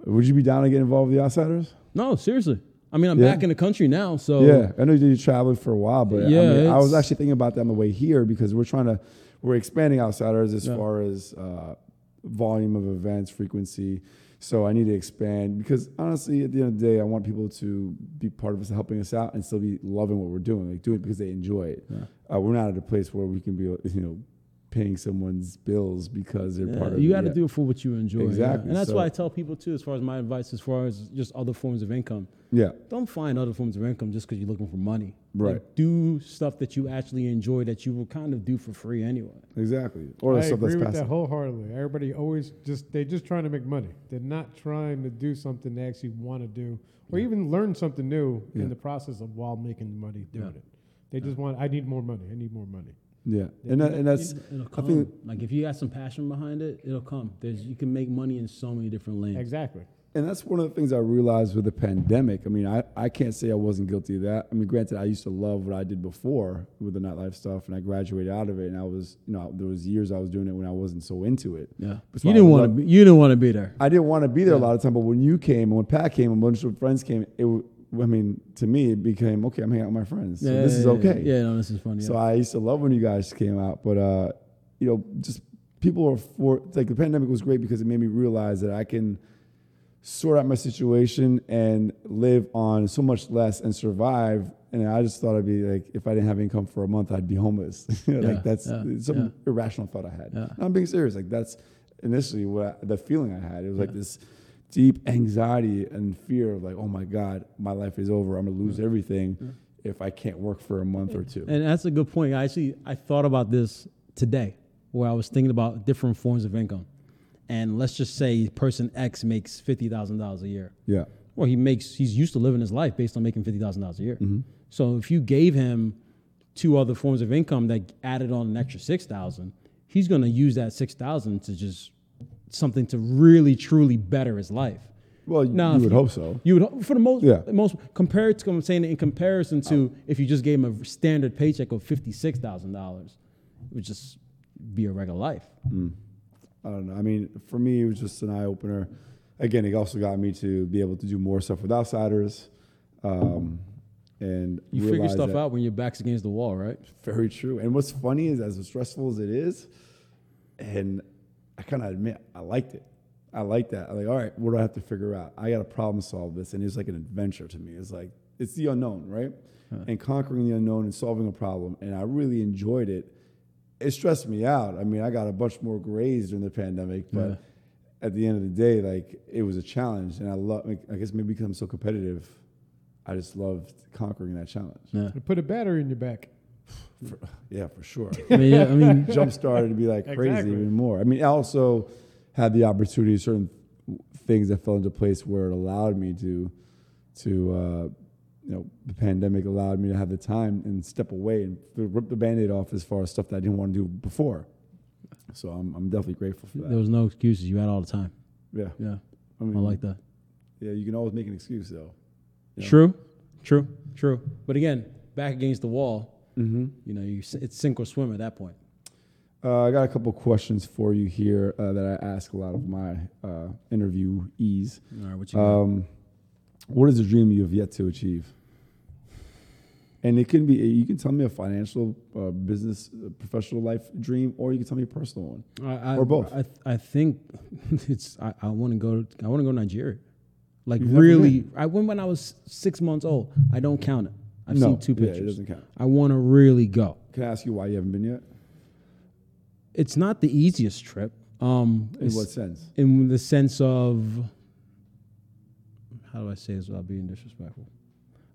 Would you be down to get involved with the Outsiders?
No, seriously. I mean, I'm
Yeah.
back in the country now. So,
Yeah, I know you traveled for a while, but
Yeah,
I, mean, I was
it's-
actually thinking about that on the way here because we're trying to we're expanding outsiders as
Yeah.
far as uh, volume of events, frequency. So I need to expand because honestly, at the end of the day, I want people to be part of us, helping us out, and still be loving what we're doing, like do it because they enjoy it. Uh, we're not at a place where we can be, you know, paying someone's bills because they're
Yeah,
part of.
you
it
got to
yet.
do it for what you enjoy. yeah.
Exactly,
And that's
so-
why I tell people, too, as far as my advice, as far as just other forms of income.
Yeah,
don't find other forms of income just because you're looking for money.
Right.
Like, do stuff that you actually enjoy that you will kind of do for free anyway.
exactly. Or
I
stuff
agree
that's
with
passive.
that wholeheartedly. Everybody always just they're just trying to make money. They're not trying to do something they actually want to do, or even learn something new
Yeah.
in the process of while making money doing
Yeah.
it. They just want. I need more money. I need more money.
yeah, and that, and that's
It'll
I
come.
think
like if you got some passion behind it, it'll come. There's you can make money in so many different lanes.
Exactly.
And that's one of the things I realized with the pandemic. I mean, I, I can't say I wasn't guilty of that. I mean, granted, I used to love what I did before with the nightlife stuff, and I graduated out of it. And I was, you know, there was years I was doing it when I wasn't so into it.
Yeah.
That's
You
why I
didn't
would
want to.
love-
Be, you didn't want to be there.
I didn't want to be there a lot of time, but when you came and when Pat came and a bunch of friends came, it, w- I mean, to me, it became okay. I'm hanging out with my friends. So this is
yeah,
okay.
Yeah. No, this is funny.
So
yeah.
I used to love when you guys came out, but uh, you know, just people are for like the pandemic was great because it made me realize that I can sort out my situation and live on so much less and survive. And I just thought I'd be like, if I didn't have income for a month, I'd be homeless. You know,
Yeah,
like that's
yeah,
it's some
yeah.
irrational thought I had.
Yeah.
And I'm being serious. Like that's initially what I, the feeling I had. It was like this deep anxiety and fear of like, oh my god, my life is over. I'm gonna lose everything if I can't work for a month or two.
and that's a good point. I actually I thought about this today, where I was thinking about different forms of income, and let's just say person X makes fifty thousand dollars a year.
yeah.
Well, he makes he's used to living his life based on making fifty thousand dollars a year.
Mm-hmm.
So if you gave him two other forms of income that added on an extra six thousand, he's going to use that six thousand to just something to really truly better his life.
Well, you-
Now,
you
if
would hope so.
You would hope- for the most
Yeah. Oh.
most compared to I'm saying in comparison to if you just gave him a standard paycheck of fifty six thousand dollars, it would just be a regular life.
I don't know. I mean, for me, it was just an eye opener. Again, it also got me to be able to do more stuff with outsiders. Um, and
You figure
realize
stuff
that-
out when your back's against the wall, right?
Very true. And what's funny is, as stressful as it is, and I kind of admit I liked it. I like that. I'm like, all right, what do I have to figure out? I got to problem solve this, and it's like an adventure to me. It's like it's the unknown, right? And conquering the unknown and solving a problem, and I really enjoyed it. It stressed me out. I mean, I got a bunch more grades during the pandemic, but at the end of the day, like it was a challenge, and I love. Like, I guess maybe because I'm so competitive, I just loved conquering that challenge.
Yeah.
Put a battery in your back.
For- yeah, for sure.
I mean, yeah, I mean,
jump started to be like crazy
Exactly.
even more. I mean, I also had the opportunity, certain things that fell into place where it allowed me to, to, uh, you know, the pandemic allowed me to have the time and step away and th- rip the band-aid off as far as stuff that I didn't want to do before. So I'm, I'm definitely grateful for
there
that.
was no excuses. You had all the time.
Yeah.
Yeah,
I mean,
I like that.
yeah, you can always make an excuse though. Yeah.
True, true, true. But again, back against the wall,
Mm-hmm.
you know, you, s- it's sink or swim at that point.
Uh, I got a couple questions for you here uh, that I ask a lot of my uh, interviewees.
All right, what you got?
Um, what is a dream you have yet to achieve? And it can be, you can tell me a financial, uh, business, uh, professional life dream, or you can tell me a personal one.
I, I,
or both.
I, I think it's. I, I want to go. I want to go to Nigeria. Like
You've never
really, I went when I was six months old. I don't count it. I've
No,
seen two
yeah, it
pictures.
doesn't count.
I want to really go.
Can I ask you why you haven't been yet?
It's not the easiest trip. Um,
In
it's-
what sense?
in the sense of how do I say this without being disrespectful?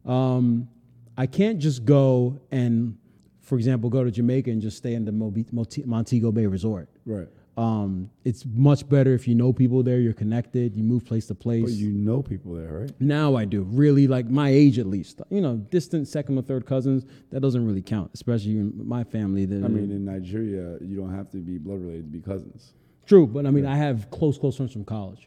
Um, I can't just go and, for example, go to Jamaica and just stay in the Mobi- Moti- Montego Bay Resort.
Right.
Um, it's much better if you know people there, you're connected, you move place to place.
But you know people there, right?
now I do, really, like my age at least. You know, distant second or third cousins, that doesn't really count, especially in my family. That
I mean, in Nigeria, you don't have to be blood related to be cousins.
true, but I mean, I have close, close friends from college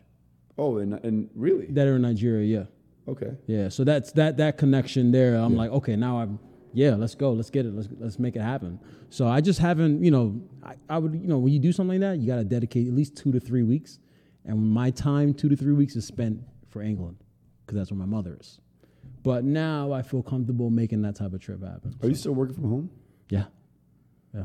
Oh, and, and really?
that are in Nigeria, yeah.
Okay.
Yeah, so that's that that connection there. I'm like, okay, now I'm yeah, let's go, let's get it, let's let's make it happen. So I just haven't, you know, I, I would, you know, when you do something like that, you got to dedicate at least two to three weeks, and my time two to three weeks is spent for England because that's where my mother is. But now I feel comfortable making that type of trip happen.
Are you still working from home?
Yeah, yeah.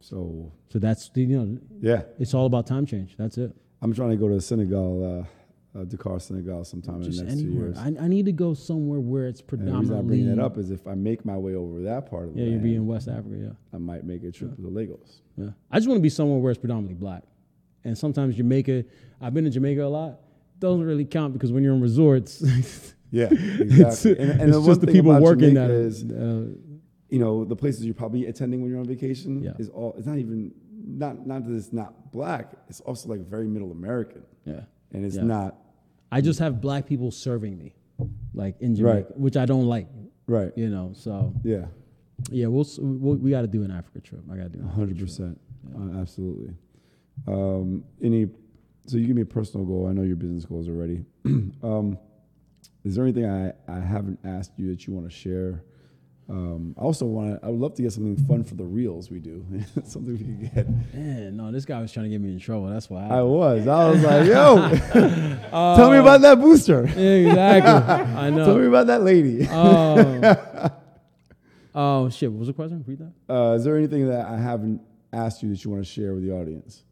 So,
So that's the, you know,
yeah.
it's all about time change. That's it.
I'm trying to go to Senegal, uh, uh, Dakar, Senegal sometime in the
Just
next two
anywhere.
years.
I, I need to go somewhere where it's
And the reason I
predominantly.
bring that up is if I make my way over that part of the
yeah, you'll
land,
be in West Africa. Yeah.
I might make a trip to Lagos.
Yeah. I just want to be somewhere where it's predominantly black. And sometimes Jamaica, I've been to Jamaica a lot, doesn't really count because when you're in resorts, uh,
Yeah,
it's,
exactly. and and
it's
the one
just the
thing
people
about
working
Jamaica
that.
is,
uh,
you know, the places you're probably attending when you're on vacation
Yeah.
is all. It's not even not not that it's not black. It's also like very middle American,
yeah.
and it's
Yeah.
not
I just have black people serving me, like in Jamaica,
Right.
which I don't like,
right. Yeah,
you know. So
yeah,
yeah, we'll, s- we'll we got to do an Africa trip. I got to do. An
hundred percent, Uh, absolutely. Um, any, so you give me a personal goal. I know your business goals already. um, is there anything I, I haven't asked you that you want to share? Um, I also want to. I would love to get something fun for the reels we do. something we can get.
Man, no, this guy was trying to get me in trouble. That's why.
I was. I was like, yo, tell me about that booster.
exactly. I know.
Tell me about that lady.
Oh. oh shit! What was the question? Read that.
Uh, is there anything that I haven't asked you that you want to share with the audience?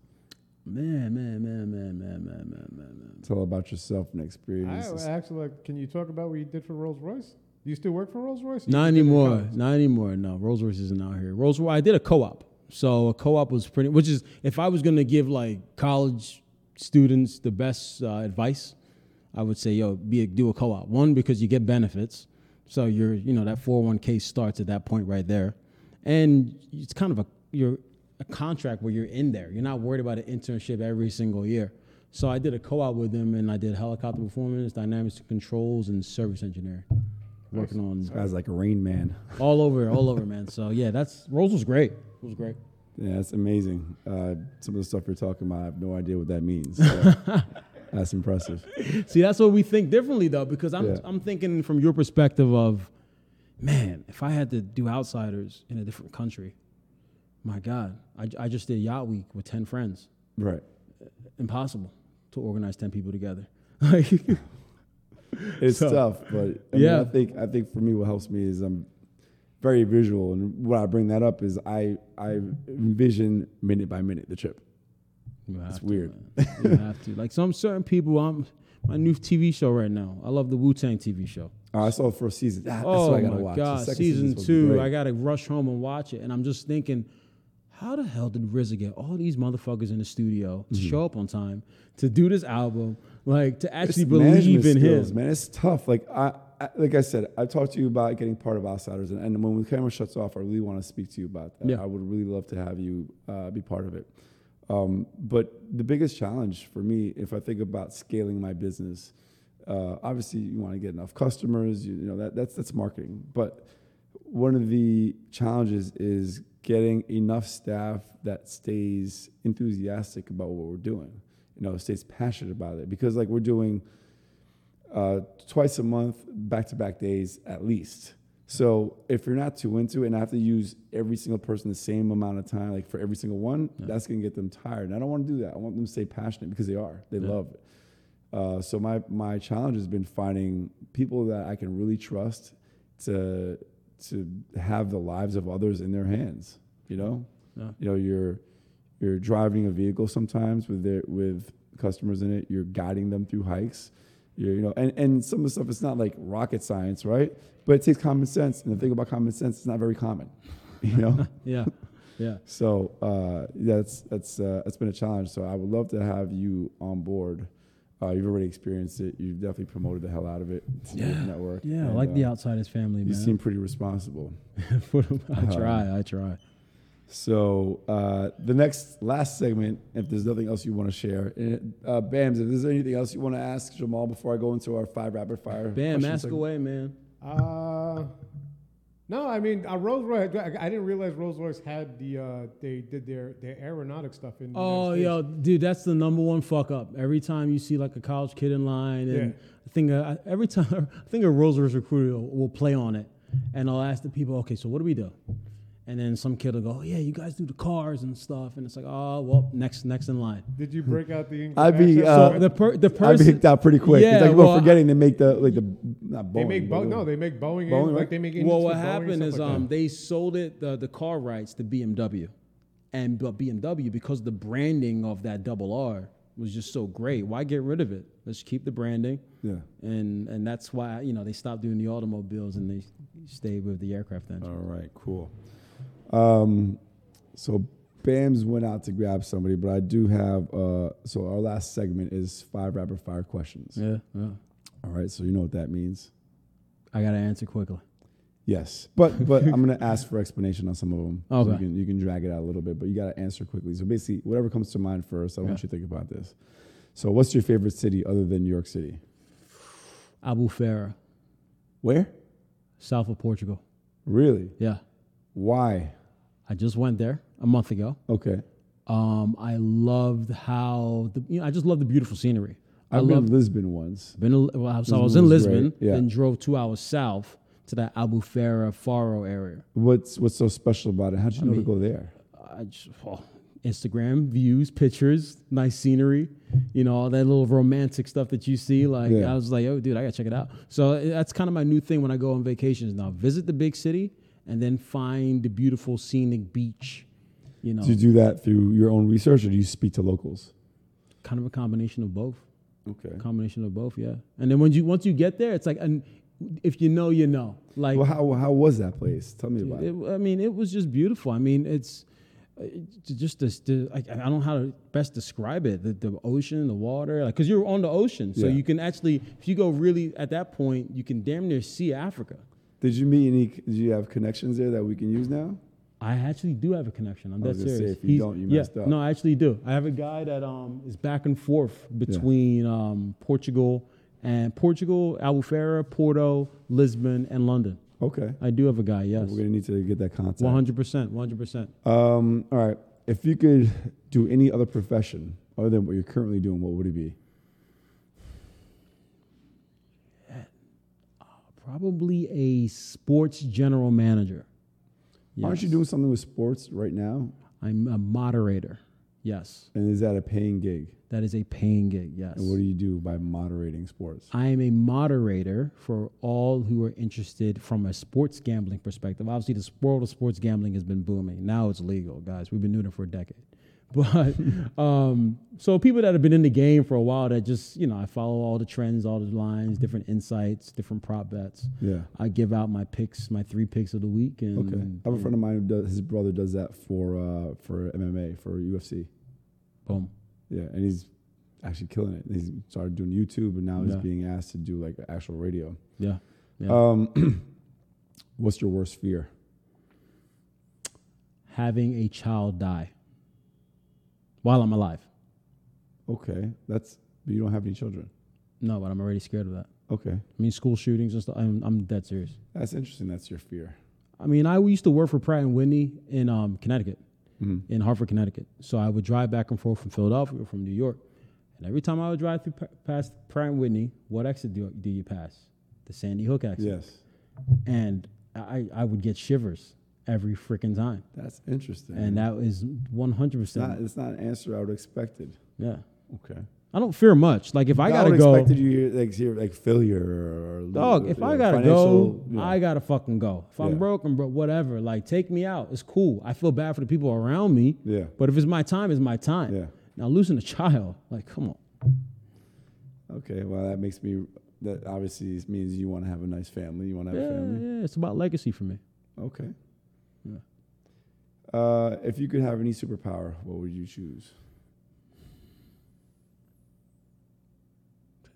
Man, man, man, man, man, man, man, man, man.
Tell about yourself and
I
experiences.
actually like, can you talk about what you did for Rolls Royce? Do you still work for Rolls Royce?
Not anymore. Not anymore. No, Rolls Royce isn't out here. Rolls Royce. I did a co-op, so a co-op was pretty. Which is, if I was going to give like college students the best uh, advice, I would say, yo, be a, do a co-op. One because you get benefits, so you're, you know, that 401k starts at that point right there, and it's kind of a you're a contract where you're in there. You're not worried about an internship every single year. So I did a co-op with them, and I did helicopter performance, dynamics and controls, and service engineering. Working on
This guy's like a rain man.
all over, all over, man. So yeah, that's Rose was great. It was great.
Yeah, that's amazing. Uh, some of the stuff you're talking about, I have no idea what that means. so that's impressive.
See, that's what we think differently though, because I'm
Yeah.
I'm thinking from your perspective of, man, if I had to do outsiders in a different country, my God, I, I just did yacht week with ten friends.
Right.
Impossible to organize ten people together. Like,
it's
So,
tough, but I mean,
yeah.
I think I think for me, what helps me is I'm very visual, and what I bring that up is I I envision minute by minute the trip.
You have to,
weird.
man. you have to. Like some certain people, I'm my new TV show right now. I love the Wu Tang TV show.
Uh, I saw the first season. Ah, that's
Oh
what I gotta
my
watch. The
god,
second
season
season's supposed to be
two!
great.
I gotta rush home and watch it. And I'm just thinking, how the hell did RZA get all these motherfuckers in the studio
Mm-hmm.
to show up on time to do this album? Like to
It's
actually
management
believe in
skills,
him.
man. It's tough. Like I, I, like I said, I talked to you about getting part of Outsiders, and, and when the camera shuts off, I really want to speak to you about that.
Yeah.
I would really love to have you uh, be part of it. Um, but the biggest challenge for me, if I think about scaling my business, uh, obviously you want to get enough customers. You, you know that that's that's marketing, but one of the challenges is getting enough staff that stays enthusiastic about what we're doing. You know, stays passionate about it because like we're doing uh, twice a month, back to back days at least. So if you're not too into it and I have to use every single person the same amount of time, like for every single one, that's gonna get them tired. And I don't wanna do that. I want them to stay passionate because they are, they love it. Uh, so my, my challenge has been finding people that I can really trust to, to have the lives of others in their hands, you know?
Yeah.
You know, you're, you're driving a vehicle sometimes with their, with customers in it. You're guiding them through hikes. You're, you know, and, and some of the stuff it's not like rocket science, right? But it takes common sense. And the thing about common sense, it's not very common, you know.
Yeah, yeah.
so uh, that's that's uh, that's been a challenge. So I would love to have you on board. Uh, you've already experienced it. You've definitely promoted the hell out of it to the
Yeah.
network.
Yeah, I
And,
like
uh,
the Outsiders family,
You
man.
seem pretty responsible.
I try, I try.
So uh, the next last segment, if there's nothing else you want to share, uh, uh, Bams, if there's anything else you want to ask Jamal before I go into our five rapid fire,
Bam,
question
ask
segment.
away, man.
Uh, no, I mean uh, Rolls Royce. I, I didn't realize Rolls Royce had the uh, they did their their aeronautic stuff in. the
Oh,
United States.
yo, dude, that's the number one fuck up. Every time you see like a college kid in line, and
Yeah.
I think uh, I- every time I think a Rolls Royce recruiter will, will play on it, and I'll ask the people, okay, so what do we do? And then some kid will go, oh, yeah, you guys do the cars and stuff, and it's like, oh, well, next next in line.
Did you break out the English?
I'd be,
accent?
uh,
So the per, the
I'd be
person
hicked out pretty quick.
Yeah,
it's like
well,
about forgetting to make the like the not Boeing.
they make
but
Bo- no, they make Boeing,
Boeing,
and, like
right?
they make
Well,
engines
what
for Boeing and
happened
stuff
is
like that.
um, they sold it the, the car rights to BMW, and but BMW because the branding of that double R was just so great. Why get rid of it? Let's keep the branding.
Yeah.
And and that's why you know they stopped doing the automobiles and they stayed with the aircraft engine.
All right, cool. Um, so Bams went out to grab somebody, but I do have. Uh, so our last segment is five rapid fire questions.
Yeah, yeah.
All right, so you know what that means.
I gotta answer quickly.
Yes, but but I'm gonna ask for explanation on some of them. So you
Okay.
can you can drag it out a little bit, but you gotta answer quickly. So basically, whatever comes to mind first. I want you to think about this. So, what's your favorite city other than New York City?
Albufeira,
Where?
south of Portugal.
Really?
Yeah,
Why?
I just went there a month ago.
Okay.
Um, I loved how the, you know I just love the beautiful scenery. I
I've been
love
to Lisbon once.
Been to- well, I was, I was
Lisbon
in
was
Lisbon,
Mm-hmm. great, yeah.
then drove two hours south to that Albufeira Faro area.
What's what's so special about it? How'd you know to
mean-
go there?
I just, oh, Instagram views, pictures, nice scenery, you know, all that little romantic stuff that you see. Like
Yeah.
I was like, oh, dude, I gotta check it out. So eh, that's kind of my new thing when I go on vacations now: visit the big city and then find the beautiful scenic beach. You know,
Do you do that through your own research, or do you speak to locals?
kind of a combination of both.
Okay.
Combination of both, yeah. And then when you once you get there, it's like, and if you know, you know. Like
Well, how how was that place? Tell me about it.
It- I mean, it was just beautiful. I mean, it's uh, it's just this. the- I, I don't know how to best describe it. The, the ocean, the water, like because you're on the ocean, so
Yeah.
you can actually, if you go really at that point, you can damn near see Africa.
Did you meet any? Did you have connections there that we can use now?
I actually do have a connection. I'm
I was
that
gonna say,
serious.
if you don't, you
yeah,
messed up.
No, I actually do. I have a guy that um, is back and forth between um, Portugal and Portugal, Albufeira, Porto, Lisbon, and London.
Okay.
I do have a guy. Yes,
We're gonna need to get that contact.
one hundred percent, one hundred percent.
Um, all right. If you could do any other profession other than what you're currently doing, what would it be?
Probably a sports general manager.
Aren't you
Yes.
doing something with sports right now?
I'm a moderator. Yes,
And is that a paying gig?
that is a paying gig. Yes.
And what do you do by moderating sports?
I am a moderator for all who are interested from a sports gambling perspective. Obviously, the world of sports gambling has been booming. Now it's legal, guys. We've been doing it for a decade. But um, so people that have been in the game for a while that just, you know, I follow all the trends, all the lines, different insights, different prop bets.
Yeah.
I give out my picks, my three picks of the week. And
Okay. I have a friend of mine who does, his brother does that for uh, for MMA, for UFC.
boom.
Yeah, and he's actually killing it. He's started doing YouTube, and now he's
Yeah.
being asked to do like actual radio.
Yeah. Yeah.
Um, what's your worst fear?
Having a child die while I'm alive.
Okay, that's but you don't have any children.
No, but I'm already scared of that.
Okay,
I mean, school shootings and stuff. I'm, I'm dead serious.
that's interesting. That's your fear.
I mean, I used to work for Pratt and Whitney in um, Connecticut,
Mhm.
in Hartford, Connecticut. So I would drive back and forth from Philadelphia or from New York, and every time I would drive through pa- past Pratt and Whitney, what exit do, do you pass? The Sandy Hook exit.
Yes,
And I, I would get shivers every freaking time,
that's interesting.
and that is one hundred
it's not,
percent.
it's not an answer I would have expected.
Yeah,
Okay,
I don't fear much. Like if I
I
gotta
would
go,
expected you to, like hear like failure or, or
Dog, if
or
I gotta
financial,
go,
you know.
I gotta fucking go. If
Yeah.
I'm broke, I'm broke. Whatever. Like, take me out. It's cool. I feel bad for the people around me.
Yeah.
But if it's my time, it's my time.
Yeah.
Now losing a child, like, come on.
okay, well that makes me. That obviously means you want to have a nice family. You want to
Yeah,
have a family.
yeah. It's about legacy for me.
Okay.
Yeah.
Uh, if you could have any superpower, what would you choose?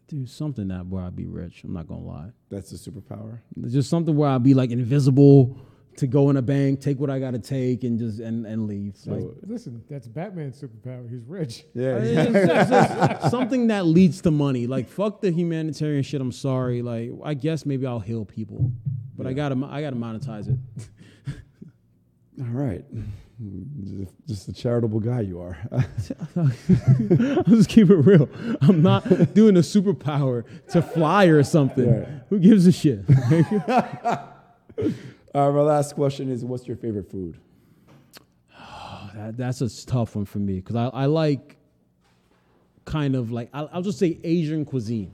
Do something that where I'd be rich. I'm not gonna lie.
That's a superpower.
It's just something where I'd be like invisible to go in a bank, take what I gotta take, and just and and leave.
So
Like,
Listen, that's Batman's superpower. He's rich.
I
yeah,
mean, it's just- it's just something that leads to money. Like fuck the humanitarian shit. I'm sorry. Like I guess maybe I'll heal people, but I gotta I gotta monetize it.
all right. Just, just a charitable guy you are.
I'll just keep it real. I'm not doing a superpower to fly or something.
Yeah.
Who gives a shit?
uh, my last question is, what's your favorite food?
That- that's a s- tough one for me because I, I like kind of like I'll, I'll just say Asian cuisine.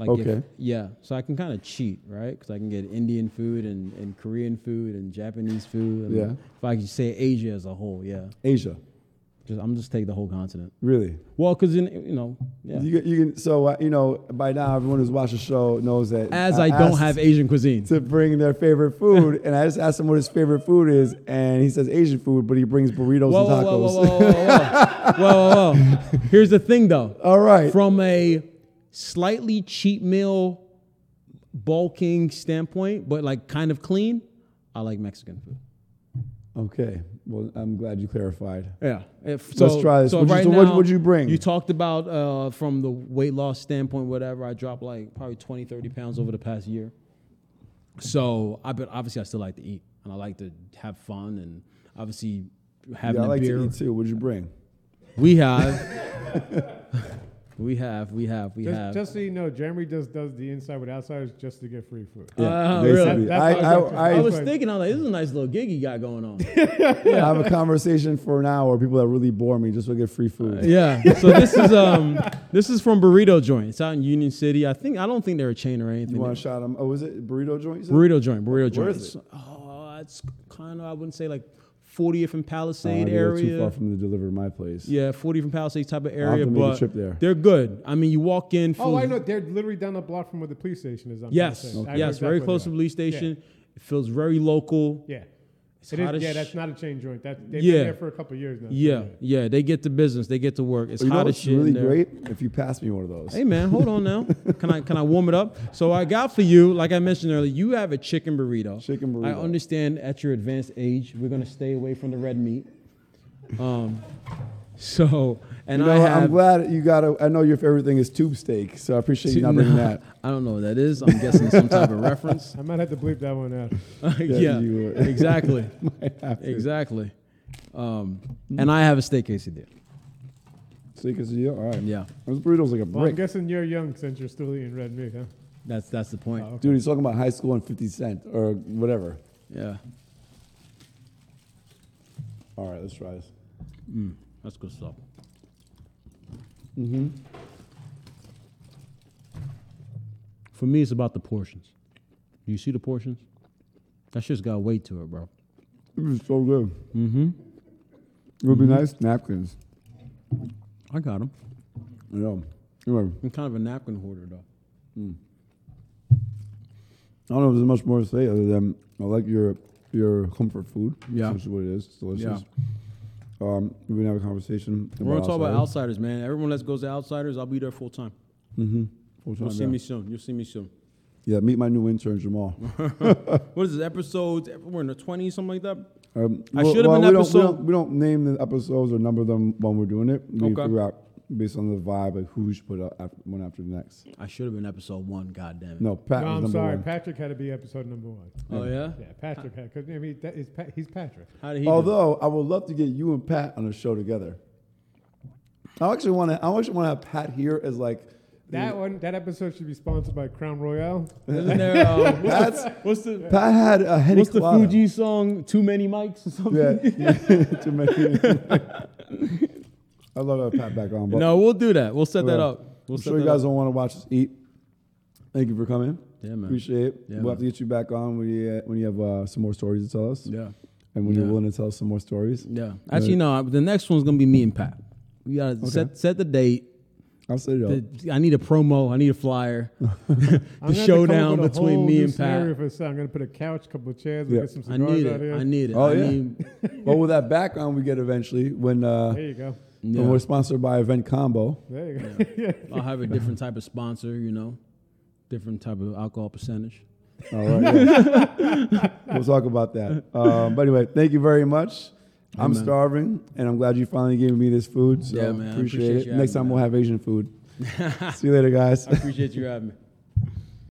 Like if-
Okay.
yeah, so I can kind of cheat, right? Because I can get Indian food and, and Korean food and Japanese food. and
Yeah.
If I could say Asia as a whole, yeah.
Asia,
Just I'm just take the whole continent.
really.
Well, because in you know, yeah.
You, you can. So uh, you know, by now everyone who's watched the show knows that.
As I don't
asked
have Asian cuisine.
to bring their favorite food, and I just asked him what his favorite food is, and he says Asian food, but he brings burritos
Whoa,
and
whoa,
tacos.
whoa, whoa, whoa, whoa, whoa, whoa, whoa, whoa. Here's the thing, though.
All right.
From a slightly cheap meal, bulking standpoint, but like kind of clean, I like Mexican food.
Okay. Well, I'm glad you clarified.
Yeah. If,
Let's try this.
So
What'd you-
right
so
now,
what- what'd you bring?
You talked about uh, from the weight loss standpoint, whatever. I dropped like probably 20, 30 pounds over the past year. So I but obviously I still like to eat and I like to have fun and obviously having
Yeah, I
a
like
beer.
to eat too. What'd you bring?
We have. we have. We have. We
Just,
have.
just so you know, Jeremy just does the inside with outsiders just to get free food.
Uh,
basically.
really?
That-
I,
that's how it
I, I,
I was
Right.
thinking, I'm like, this is a nice little gig you got going on.
I have a conversation for an hour. People that really bore me just to get free food.
yeah. So this is um, this is from Burrito Joint. It's out in Union City. I think I don't think they're a chain or anything.
you want to shot them? Oh, is it burrito joints?
burrito Joint. Burrito Joint.
Where is
It's- Oh, it's kind of I wouldn't say like 40th and
Uh,
Palisade
they're
area.
Too far from the deliver to my place.
yeah, 40th and Palisade type of
I'll
area.
have to make
but
a trip there.
they're good. I mean, you walk in.
Oh, I
feels-
know. They're literally down the block from where the police station is. I'm
Yes.
trying to say. I know
Yes.
exactly
Very
where
close
they
to
are.
the police station. It feels very local.
Yeah.
It's
It
hot as
is, yeah,
sh-
that's not a chain joint. That, they've
Yeah.
been there for a couple of years now.
Yeah, yeah, they get to business, they get to work. It's
You know
hot as
what's
shit. in
really
there.
great? If you pass me one of those.
Hey man, hold on now. Can I can I warm it up? So I got for you, like I mentioned earlier, you have a chicken burrito.
Chicken burrito.
I understand at your advanced age, we're gonna stay away from the red meat. Um, so and
you know,
I
what?
have.
I'm glad you got. A, I know your favorite thing is tube steak, so I appreciate you not bringing that.
I don't know what that is. I'm guessing it's some type of reference.
I might have to bleep that one out.
yeah,
you would.
exactly,
Might have to.
exactly. Um, and I have a steak quesadilla.
Steak is you. All right.
Yeah,
Those burritos like a
Well, I'm
brick.
guessing you're young since you're still eating red meat, huh?
that's that's the point.
Oh,
Dude, he's talking about high school and 50 Cent or whatever.
Yeah.
All right, let's try this.
That's good stuff.
Mm-hmm.
For me, it's about the portions. You see the portions? That shit's got weight to it, bro.
It was so good.
Mm-hmm.
It would be nice napkins.
I got them.
You know. Anyway,
I'm kind of a napkin hoarder, though.
I don't know if there's much more to say other than I like your your comfort food.
Yeah.
Which is what it is. It's delicious. Um, we're gonna have a conversation.
We're gonna talk about outsiders, man. Everyone that goes to outsiders, I'll be there full time.
Mm-hmm.
You'll see me soon. You'll see me soon.
Yeah, meet my new intern Jamal.
What is this episodes? We're in the twenties, something like that.
Um,
I should have been
we
episode-
Don't, we, don't, we don't name the episodes or number them when we're doing it. We
Okay.
figure out based on the vibe like who we should put out after, one after the next.
I should have been episode one. God damn it.
No, Pat
No,
was
I'm
number
sorry.
one.
Patrick had to be episode number one.
Oh yeah.
Yeah, Patrick had because I mean that is Pa- he's Patrick.
How did he? do?
Although I would love to get you and Pat on a show together. I actually want to. I actually want to have Pat here as like.
That one, that episode should be sponsored by Crown Royale.
Isn't there? uh, what's,
That's
what's the
Pat had a heady
What's the Fuji song? Too many mics or something?
Yeah. Too many. I love to have Pat back on. But
No, we'll do that. We'll set that
Yeah.
up. We'll
I'm
set
sure you
that
guys
up.
don't want to watch us eat. Thank you for coming.
Yeah, man.
Appreciate it.
Yeah,
we'll have to get you back on when you, when you have uh, some more stories to tell us.
Yeah.
And when you're
Yeah.
willing to tell us some more stories.
Yeah. Actually, no. The next one's gonna be me and Pat. We gotta set set the date.
I'll set it up.
The- I need a promo. I need a flyer.
I'm
the
gonna have to come up
showdown
with a
between
whole
me
new
and
scenario
Pat.
For this. I'm going to put a couch, couple of chairs,
Yeah.
we'll get some
I
cigars
need
out
it.
here.
I need it.
Oh,
I
yeah.
need,
well, with that background we get eventually when, uh,
There you go.
yeah.
when we're sponsored by Event Combo.
There you go. Yeah.
I'll have a different type of sponsor, you know, different type of alcohol percentage.
All right. yeah. we'll talk about that. Um, but anyway, thank you very much. I'm
Amen.
starving, and I'm glad you finally gave me this food. So
Yeah, man, I
appreciate,
appreciate
it.
you
Next time
having me,
we'll have Asian food. See you later, guys.
I appreciate you having me.